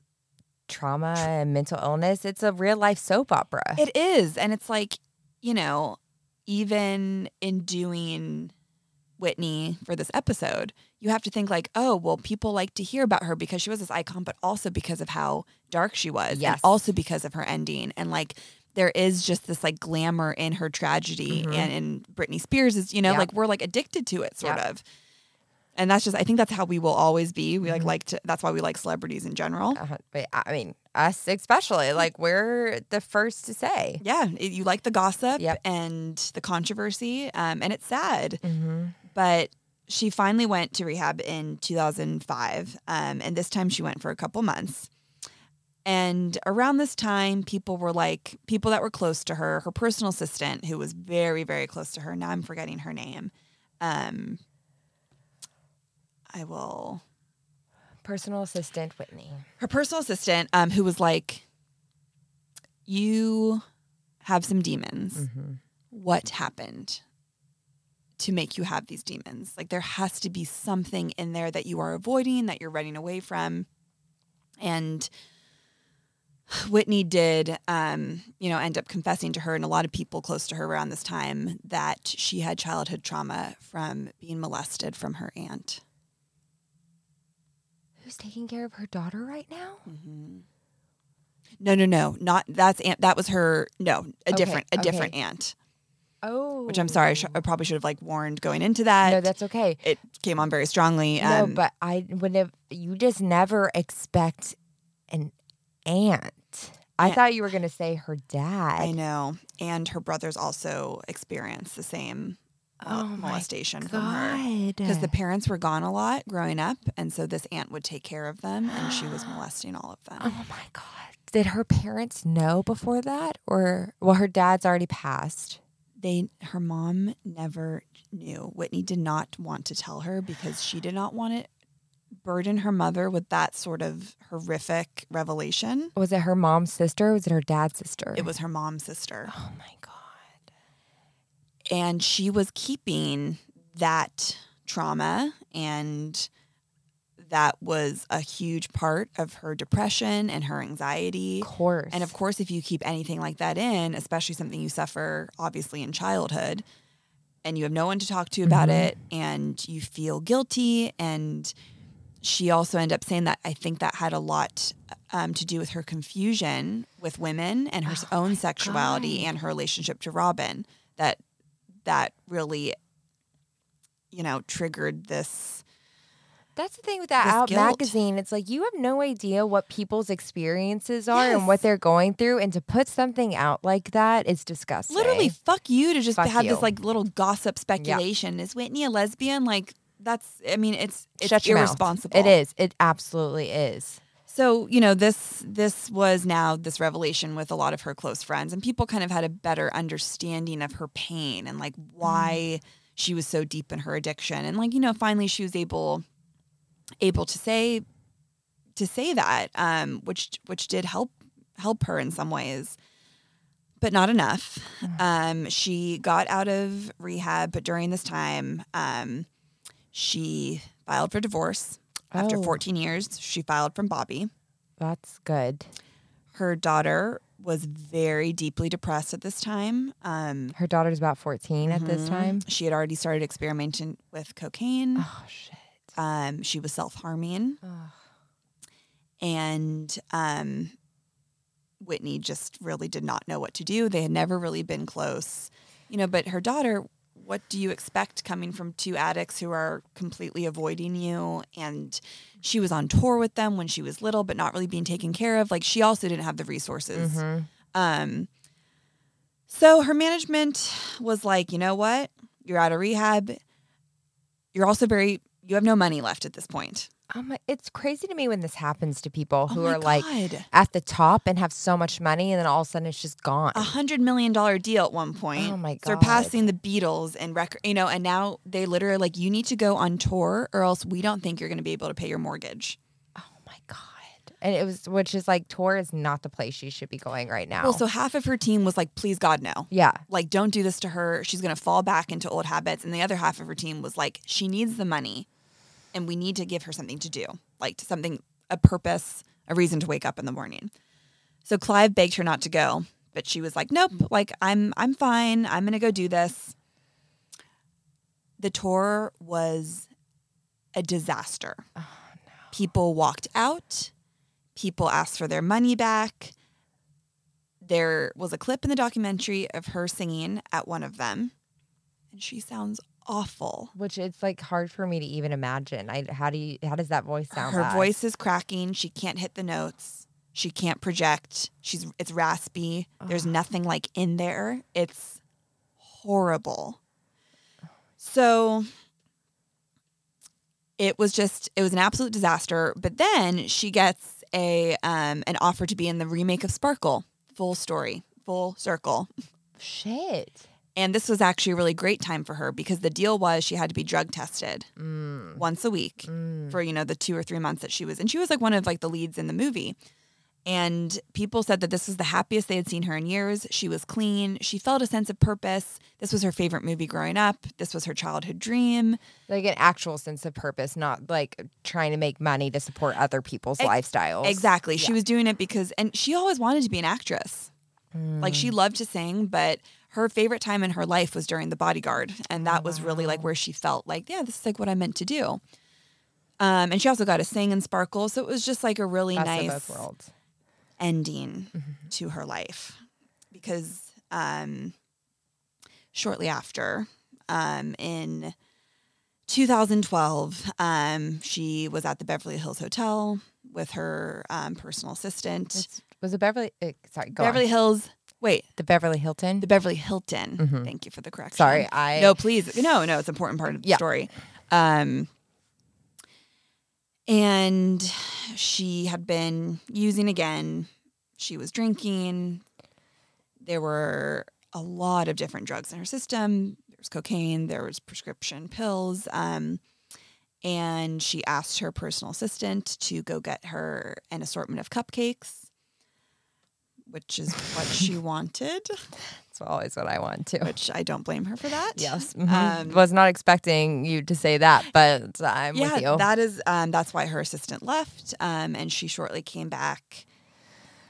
[SPEAKER 2] Trauma and mental illness. It's a real life soap opera.
[SPEAKER 3] it is and it's like you know even in doing Whitney for this episode, you have to think like, oh, well, people like to hear about her because she was this icon, but also because of how dark she was,
[SPEAKER 2] Yes.
[SPEAKER 3] and also because of her ending, and like there is just this like glamour in her tragedy,
[SPEAKER 2] Mhm.
[SPEAKER 3] and in Britney Spears is, you know,
[SPEAKER 2] Yep.
[SPEAKER 3] like we're like addicted to it, sort
[SPEAKER 2] Yep.
[SPEAKER 3] of. And that's just, I think that's how we will always be. We like
[SPEAKER 2] Mhm.
[SPEAKER 3] like to. That's why we like celebrities in general.
[SPEAKER 2] Uh, but I mean, us especially. Like we're the first to say.
[SPEAKER 3] Yeah, it, you like the gossip
[SPEAKER 2] Yep.
[SPEAKER 3] and the controversy, um, and it's sad.
[SPEAKER 2] Mm-hmm.
[SPEAKER 3] but she finally went to rehab in 2005 um, and this time she went for a couple months and around this time people were like people that were close to her her personal assistant who was very very close to her now i'm forgetting her name um, i will
[SPEAKER 2] Personal assistant Whitney.
[SPEAKER 3] her personal assistant um, who was like you have some demons what happened to make you have these demons. Like there has to be something in there that you are avoiding, that you're running away from. And Whitney did, um, you know, end up confessing to her and a lot of people close to her around this time that she had childhood trauma from being molested from her aunt.
[SPEAKER 2] Who's taking care of her daughter right now? Mm-hmm.
[SPEAKER 3] No, no, no, not that's aunt. That was her. No, a
[SPEAKER 2] Okay,
[SPEAKER 3] different, a
[SPEAKER 2] okay.
[SPEAKER 3] different aunt.
[SPEAKER 2] Oh,
[SPEAKER 3] Which I'm sorry, I, sh- I probably should have like warned going into that.
[SPEAKER 2] No, that's okay.
[SPEAKER 3] it came on very strongly.
[SPEAKER 2] no,
[SPEAKER 3] um,
[SPEAKER 2] but I would have. You just never expect an aunt. I
[SPEAKER 3] Yeah.
[SPEAKER 2] thought you were gonna say her dad.
[SPEAKER 3] I know. And her brothers also experienced the same mol-
[SPEAKER 2] Oh my
[SPEAKER 3] molestation from her.
[SPEAKER 2] God,
[SPEAKER 3] Because the parents were gone a lot growing up. And so this aunt would take care of them and she was molesting all of them.
[SPEAKER 2] oh my god, did her parents know before that, or well, her dad's already passed.
[SPEAKER 3] They her mom never knew. Whitney did not want to tell her because she did not want to burden her mother with that sort of horrific revelation.
[SPEAKER 2] Was it her mom's sister? Or was it her dad's sister?
[SPEAKER 3] It was her mom's sister.
[SPEAKER 2] Oh my god.
[SPEAKER 3] and she was keeping that trauma and that was a huge part of her depression and her anxiety.
[SPEAKER 2] Of course.
[SPEAKER 3] And of course, if you keep anything like that in, especially something you suffer obviously in childhood, and you have no one to talk to about it, and you feel guilty, and she also ended up saying that I think that had a lot um, to do with her confusion with women and her own sexuality and her relationship to Robin. That that really, you know, triggered this.
[SPEAKER 2] That's the thing with that
[SPEAKER 3] This
[SPEAKER 2] Out
[SPEAKER 3] guilt.
[SPEAKER 2] magazine. It's like you have no idea what people's experiences are and what they're going through, and to put something out like that is disgusting.
[SPEAKER 3] Literally, fuck you to just
[SPEAKER 2] Fuck
[SPEAKER 3] have
[SPEAKER 2] you.
[SPEAKER 3] this like little gossip speculation. Is Whitney a lesbian? Like that's. I mean, it's it's
[SPEAKER 2] shut your mouth.
[SPEAKER 3] irresponsible.
[SPEAKER 2] It is. It absolutely is.
[SPEAKER 3] So you know this this was now this revelation with a lot of her close friends, and people kind of had a better understanding of her pain and like why she was so deep in her addiction, and like you know finally she was able able to say to say that, um, which which did help help her in some ways, but not enough. Um, she got out of rehab, but during this time, um, she filed for divorce after
[SPEAKER 2] Oh.
[SPEAKER 3] 14 years. She filed from Bobby.
[SPEAKER 2] That's good.
[SPEAKER 3] Her daughter was very deeply depressed at this time. Um, Mm-hmm.
[SPEAKER 2] Her daughter's about 14 at this time.
[SPEAKER 3] she had already started experimenting with cocaine.
[SPEAKER 2] Oh shit.
[SPEAKER 3] Um, she was self harming,
[SPEAKER 2] Ugh.
[SPEAKER 3] and um, Whitney just really did not know what to do. They had never really been close, you know. But her daughter, what do you expect coming from two addicts who are completely avoiding you? And she was on tour with them when she was little, but not really being taken care of. Like she also didn't have the
[SPEAKER 2] Mm-hmm.
[SPEAKER 3] resources. Um, so her management was like, you know what? You're out of rehab. You're also very, you have no money left at this point.
[SPEAKER 2] Um, it's crazy to me when this happens to people who
[SPEAKER 3] Oh my
[SPEAKER 2] are like
[SPEAKER 3] God.
[SPEAKER 2] at the top and have so much money, and then all of a sudden it's just gone.
[SPEAKER 3] a hundred million dollar deal at one point.
[SPEAKER 2] Oh my God.
[SPEAKER 3] Surpassing the Beatles and record, you know, and now they literally like, you need to go on tour or else we don't think you're going to be able to pay your mortgage.
[SPEAKER 2] oh my god! And it was, which is like, tour is not the place she should be going right now.
[SPEAKER 3] Well, so half of her team was like, please God, no.
[SPEAKER 2] yeah,
[SPEAKER 3] Like, don't do this to her. She's going to fall back into old habits. And the other half of her team was like, she needs the money and we need to give her something to do, like something, a purpose, a reason to wake up in the morning. So Clive begged her not to go, but she was like, nope, like I'm, I'm fine. I'm going to go do this. The tour was a disaster. People walked out. People asked for their money back. There was a clip in the documentary of her singing at one of them, and she sounds awful.
[SPEAKER 2] which it's like hard for me to even imagine. I how do you how does that voice sound?
[SPEAKER 3] Her
[SPEAKER 2] bad?
[SPEAKER 3] voice is cracking. She can't hit the notes. She can't project. She's it's raspy. There's nothing like in there. It's horrible. So it was just it was an absolute disaster. But then she gets a um, an offer to be in the remake of Sparkle, full story, full circle.
[SPEAKER 2] Shit.
[SPEAKER 3] And this was actually a really great time for her because the deal was she had to be drug tested
[SPEAKER 2] Mm.
[SPEAKER 3] once a week
[SPEAKER 2] Mm-hmm.
[SPEAKER 3] for, you know, the two or three months that she was. And she was like one of like the leads in the movie. And people said that this was the happiest they had seen her in years. She was clean. She felt a sense of purpose. This was her favorite movie growing up. This was her childhood dream.
[SPEAKER 2] Like an actual sense of purpose, not like trying to make money to support other people's lifestyles.
[SPEAKER 3] Exactly. She was doing it because, and she always wanted to be an actress.
[SPEAKER 2] Mm.
[SPEAKER 3] Like she loved to sing, but her favorite time in her life was during The Bodyguard. And that was really
[SPEAKER 2] Oh.
[SPEAKER 3] like where she felt like, yeah, this is like what I meant to do. Um, and she also got to sing in Sparkle. So it was just like a really
[SPEAKER 2] Best of
[SPEAKER 3] nice
[SPEAKER 2] both worlds.
[SPEAKER 3] ending
[SPEAKER 2] Mm-hmm.
[SPEAKER 3] to her life because um, shortly after, um, in 2012, um, she was at the Beverly Hills Hotel with her um, personal assistant.
[SPEAKER 2] It's- was it Beverly? Uh, sorry, go
[SPEAKER 3] Beverly
[SPEAKER 2] on.
[SPEAKER 3] Hills. Wait,
[SPEAKER 2] The Beverly Hilton.
[SPEAKER 3] the Beverly Hilton. Thank you for the correction.
[SPEAKER 2] Mm-hmm. Sorry, I-
[SPEAKER 3] no, please, no, no. It's an important part of the
[SPEAKER 2] Yeah.
[SPEAKER 3] story. Um, and she had been using again. She was drinking. There were a lot of different drugs in her system. There was cocaine. There was prescription pills. Um, and she asked her personal assistant to go get her an assortment of cupcakes which is what she wanted,
[SPEAKER 2] It's always what I want to.
[SPEAKER 3] which I don't blame her for that.
[SPEAKER 2] Yes.
[SPEAKER 3] Um,
[SPEAKER 2] mhm. Was not expecting you to say that, but I'm
[SPEAKER 3] yeah,
[SPEAKER 2] with you.
[SPEAKER 3] that is um, that's why her assistant left, um, and she shortly came back.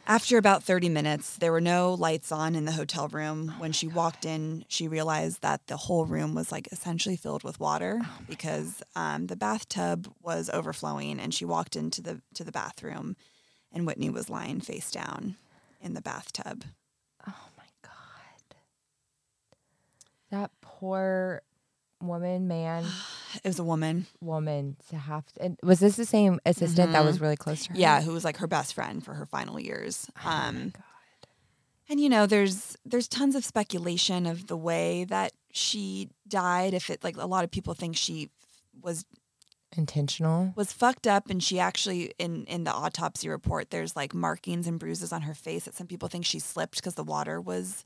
[SPEAKER 3] After about 30 minutes, there were no lights on in the hotel
[SPEAKER 2] Oh
[SPEAKER 3] room. When she walked in, she realized that the whole room was like essentially filled with water
[SPEAKER 2] Oh
[SPEAKER 3] because um, the bathtub was overflowing. And she walked into the to the bathroom, and Whitney was lying face down in the bathtub.
[SPEAKER 2] oh my God. That poor woman, man,
[SPEAKER 3] It was a woman,
[SPEAKER 2] woman to have to, and was this the same assistant that was really close to her?
[SPEAKER 3] Mm-hmm. yeah, who was like her best friend for her final years.
[SPEAKER 2] Oh my
[SPEAKER 3] Um,
[SPEAKER 2] God.
[SPEAKER 3] And you know, there's there's tons of speculation of the way that she died. If it like a lot of people think she was
[SPEAKER 2] Intentional.
[SPEAKER 3] was fucked up, and she actually in in the autopsy report, there's like markings and bruises on her face that some people think she slipped because the water was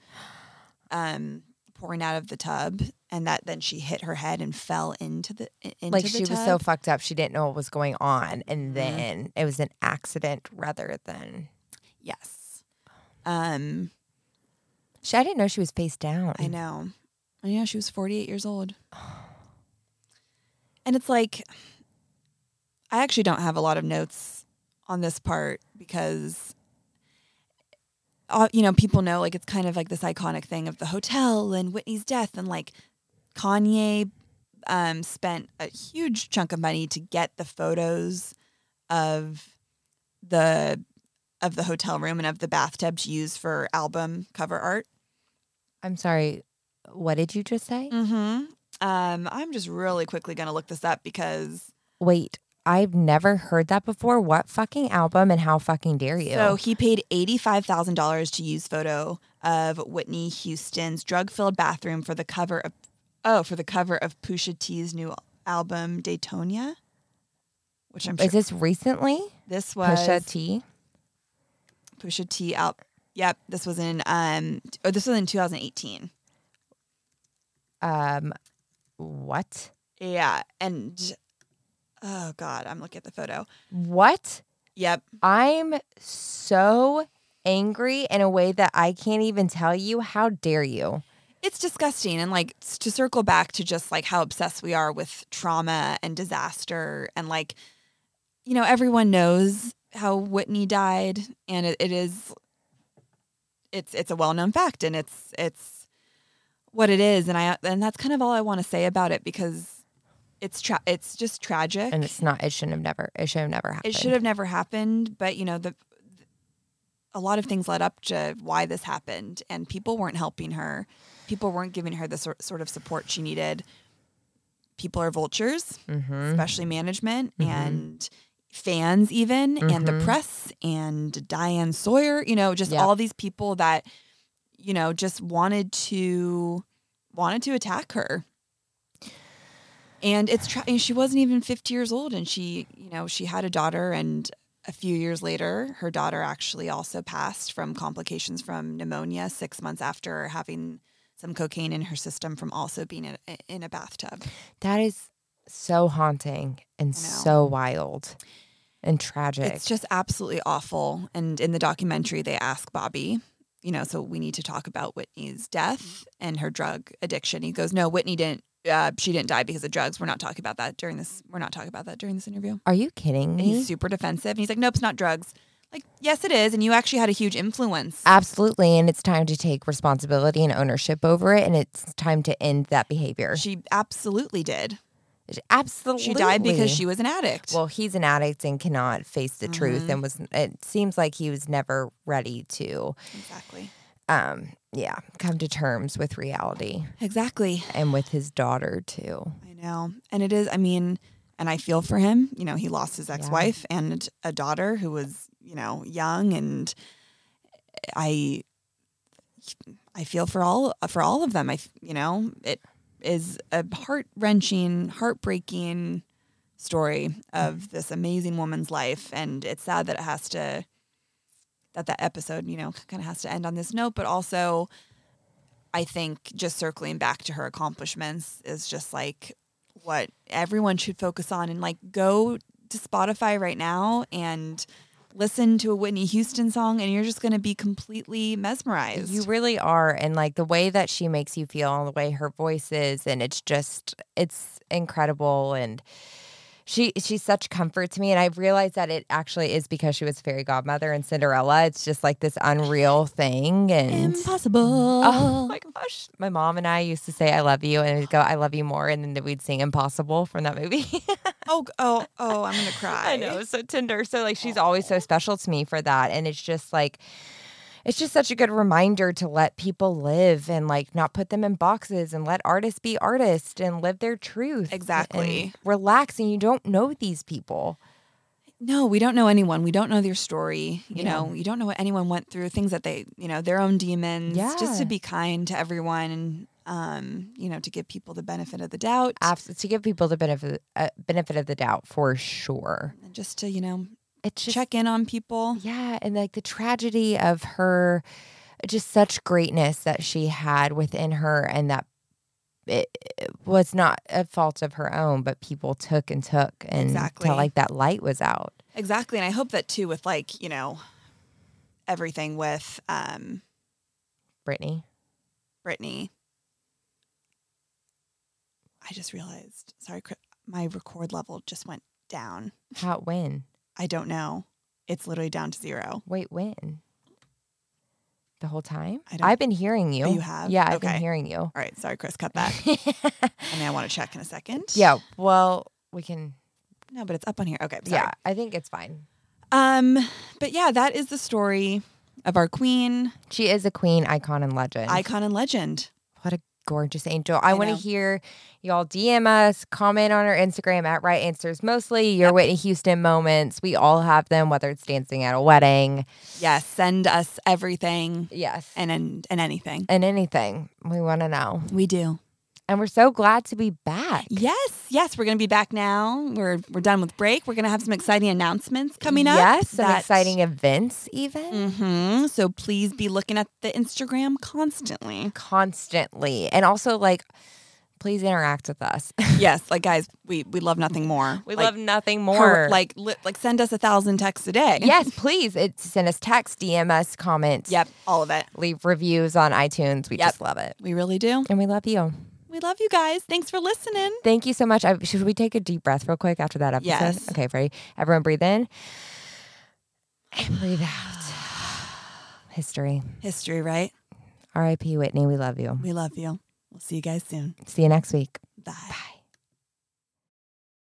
[SPEAKER 3] um pouring out of the tub, and that then she hit her head and fell into the i- into
[SPEAKER 2] like
[SPEAKER 3] the
[SPEAKER 2] she was so
[SPEAKER 3] tub. Mm-hmm.
[SPEAKER 2] fucked up she didn't know what was going on and then it was an accident rather than
[SPEAKER 3] yes. Um,
[SPEAKER 2] she, i didn't know she was face down
[SPEAKER 3] I know. And yeah, she was 48 years old. And it's like, I actually don't have a lot of notes on this part because, uh, you know, people know like it's kind of like this iconic thing of the hotel and Whitney's death and like Kanye um, spent a huge chunk of money to get the photos of the of the hotel room and of the bathtub to use for album cover art.
[SPEAKER 2] i'm sorry what did you just say
[SPEAKER 3] Mm-hmm. Um, I'm just really quickly gonna look this up because
[SPEAKER 2] wait i've never heard that before what fucking album and how fucking dare you
[SPEAKER 3] so he paid eighty five thousand dollars to use photo of Whitney Houston's drug filled bathroom for the cover of oh for the cover of Pusha T's new album Daytonia, which I'm sure
[SPEAKER 2] is this recently
[SPEAKER 3] this was
[SPEAKER 2] pusha t
[SPEAKER 3] Pusha T out. Yep, this was in um oh this was in 2018.
[SPEAKER 2] um what
[SPEAKER 3] Yeah, and oh god, I'm looking at the photo.
[SPEAKER 2] what
[SPEAKER 3] Yep,
[SPEAKER 2] i'm so angry in a way that i can't even tell you how dare you
[SPEAKER 3] it's disgusting and like s- to circle back to just like how obsessed we are with trauma and disaster and like you know everyone knows how whitney died and it, it is it's it's a well-known fact and it's it's what it is and i and that's kind of all i want to say about it because it's tra- it's just tragic
[SPEAKER 2] and it's not it shouldn't have never it should have never happened
[SPEAKER 3] it should have never happened but you know the a lot of things led up to why this happened and people weren't helping her people weren't giving her the sor- sort of support she needed people are vultures
[SPEAKER 2] mm-hmm.
[SPEAKER 3] especially management and fans even and the
[SPEAKER 2] Mhm.
[SPEAKER 3] press and diane sawyer you know just
[SPEAKER 2] Yep.
[SPEAKER 3] all these people that you know just wanted to wanted to attack her and it's tra- and she wasn't even 50 years old and she you know she had a daughter and a few years later her daughter actually also passed from complications from pneumonia six months after having some cocaine in her system from also being in a, in a bathtub
[SPEAKER 2] That is so haunting and
[SPEAKER 3] I know.
[SPEAKER 2] so wild and tragic.
[SPEAKER 3] It's just absolutely awful. And in the documentary, they ask Bobby, you know, so we need to talk about Whitney's death and her drug addiction. He goes, no, Whitney didn't. Uh, she didn't die because of drugs. We're not talking about that during this. We're not talking about that during this interview.
[SPEAKER 2] Are you kidding
[SPEAKER 3] And
[SPEAKER 2] me?
[SPEAKER 3] he's super defensive. And he's like, nope, it's not drugs. Like, yes, it is. And you actually had a huge influence.
[SPEAKER 2] Absolutely. And it's time to take responsibility and ownership over it. And it's time to end that behavior.
[SPEAKER 3] She absolutely did.
[SPEAKER 2] Absolutely.
[SPEAKER 3] She died because she was an addict.
[SPEAKER 2] Well, he's an addict and cannot face the truth. And was, it seems like he was never ready to,
[SPEAKER 3] exactly.
[SPEAKER 2] um, yeah, come to terms with reality
[SPEAKER 3] Exactly.
[SPEAKER 2] and with his daughter too.
[SPEAKER 3] I know. And it is, I mean, and I feel for him. You know, he lost his ex wife and a daughter who was, you know, young and I I feel for all for all of them. I f- you know, it is a heart-wrenching, heartbreaking story of this amazing woman's life and it's sad that it has to that that episode, you know, kind of has to end on this note, but also I think just circling back to her accomplishments is just like what everyone should focus on and like go to Spotify right now and listen to a Whitney Houston song and you're just going to be completely mesmerized.
[SPEAKER 2] You really are. And like the way that she makes you feel, the way her voice is, and it's just, it's incredible. And she she's such comfort to me. And I've realized that it actually is because she was fairy godmother in Cinderella. It's just like this unreal thing. And
[SPEAKER 3] Impossible.
[SPEAKER 2] Oh my gosh. My mom and I used to say, I love you. And we'd go, I love you more. And then we'd sing Impossible from that movie.
[SPEAKER 3] Oh, oh, oh, I'm going to cry.
[SPEAKER 2] I know, it's so tender. So like she's always so special to me for that. And it's just like it's just such a good reminder to let people live and like not put them in boxes and let artists be artists and live their truth.
[SPEAKER 3] Exactly.
[SPEAKER 2] And relax and you don't know these people.
[SPEAKER 3] No, we don't know anyone. We don't know their story. You know, you don't know what anyone went through, things that they, you know, their own demons. Just
[SPEAKER 2] Yeah.
[SPEAKER 3] to be kind to everyone and, um, you know, to give people the benefit of the doubt.
[SPEAKER 2] Abs- to give people the benefit uh, benefit of the doubt for sure.
[SPEAKER 3] and just to, you know,
[SPEAKER 2] It's just
[SPEAKER 3] check in on people.
[SPEAKER 2] Yeah, and like the tragedy of her, just such greatness that she had within her, and that it, it was not a fault of her own, but people took and took, and
[SPEAKER 3] Exactly.
[SPEAKER 2] till like that light was out.
[SPEAKER 3] Exactly. And I hope that too with like, you know, everything with um
[SPEAKER 2] Brittany,
[SPEAKER 3] Brittany. I just realized, sorry, Chris, my record level just went down.
[SPEAKER 2] how when?
[SPEAKER 3] I don't know. It's literally down to zero.
[SPEAKER 2] Wait, when? The whole time?
[SPEAKER 3] I don't-
[SPEAKER 2] I've been hearing you.
[SPEAKER 3] Oh, you have?
[SPEAKER 2] Yeah, I've
[SPEAKER 3] Okay.
[SPEAKER 2] been hearing you.
[SPEAKER 3] All right, sorry, Chris, cut that. I mean, I want to check in a second.
[SPEAKER 2] yeah. Well, we can.
[SPEAKER 3] No, but it's up on here. Okay. Sorry.
[SPEAKER 2] Yeah, I think it's fine.
[SPEAKER 3] Um, but yeah, that is the story of our queen,
[SPEAKER 2] She is a queen, icon, and legend.
[SPEAKER 3] icon, and legend.
[SPEAKER 2] What a gorgeous angel. I, want to
[SPEAKER 3] know.
[SPEAKER 2] hear y'all DM us, comment on our Instagram at Right Answers Mostly, your Whitney Houston moments. We all have them, whether it's dancing at a wedding.
[SPEAKER 3] Yes, send us everything
[SPEAKER 2] Yes. And,
[SPEAKER 3] and and, and anything.
[SPEAKER 2] and anything. We want to know.
[SPEAKER 3] We do.
[SPEAKER 2] And we're so glad to be back.
[SPEAKER 3] Yes, yes, we're gonna be back now. We're we're done with break. We're gonna have some exciting announcements coming up.
[SPEAKER 2] Yes, some
[SPEAKER 3] that-
[SPEAKER 2] exciting events, even.
[SPEAKER 3] Mhm. So please be looking at the Instagram constantly.
[SPEAKER 2] Constantly. And also, like, please interact with us.
[SPEAKER 3] yes, like guys, we we love nothing more.
[SPEAKER 2] we
[SPEAKER 3] Like,
[SPEAKER 2] love nothing more.
[SPEAKER 3] cor- like li- like send us a thousand texts a day.
[SPEAKER 2] yes, please. It, send us text, DM us, comments.
[SPEAKER 3] Yep, all of it.
[SPEAKER 2] Leave reviews on iTunes. We
[SPEAKER 3] Yep.
[SPEAKER 2] just love it.
[SPEAKER 3] We really do.
[SPEAKER 2] And we love you.
[SPEAKER 3] We love you guys. Thanks for listening.
[SPEAKER 2] Thank you so much. I, should we take a deep breath real quick after that episode?
[SPEAKER 3] Yes.
[SPEAKER 2] Okay, ready? Everyone breathe in and breathe out. History.
[SPEAKER 3] History, right?
[SPEAKER 2] R.I.P. Whitney, we love you.
[SPEAKER 3] We love you. We'll see you guys soon.
[SPEAKER 2] See you next week.
[SPEAKER 3] Bye.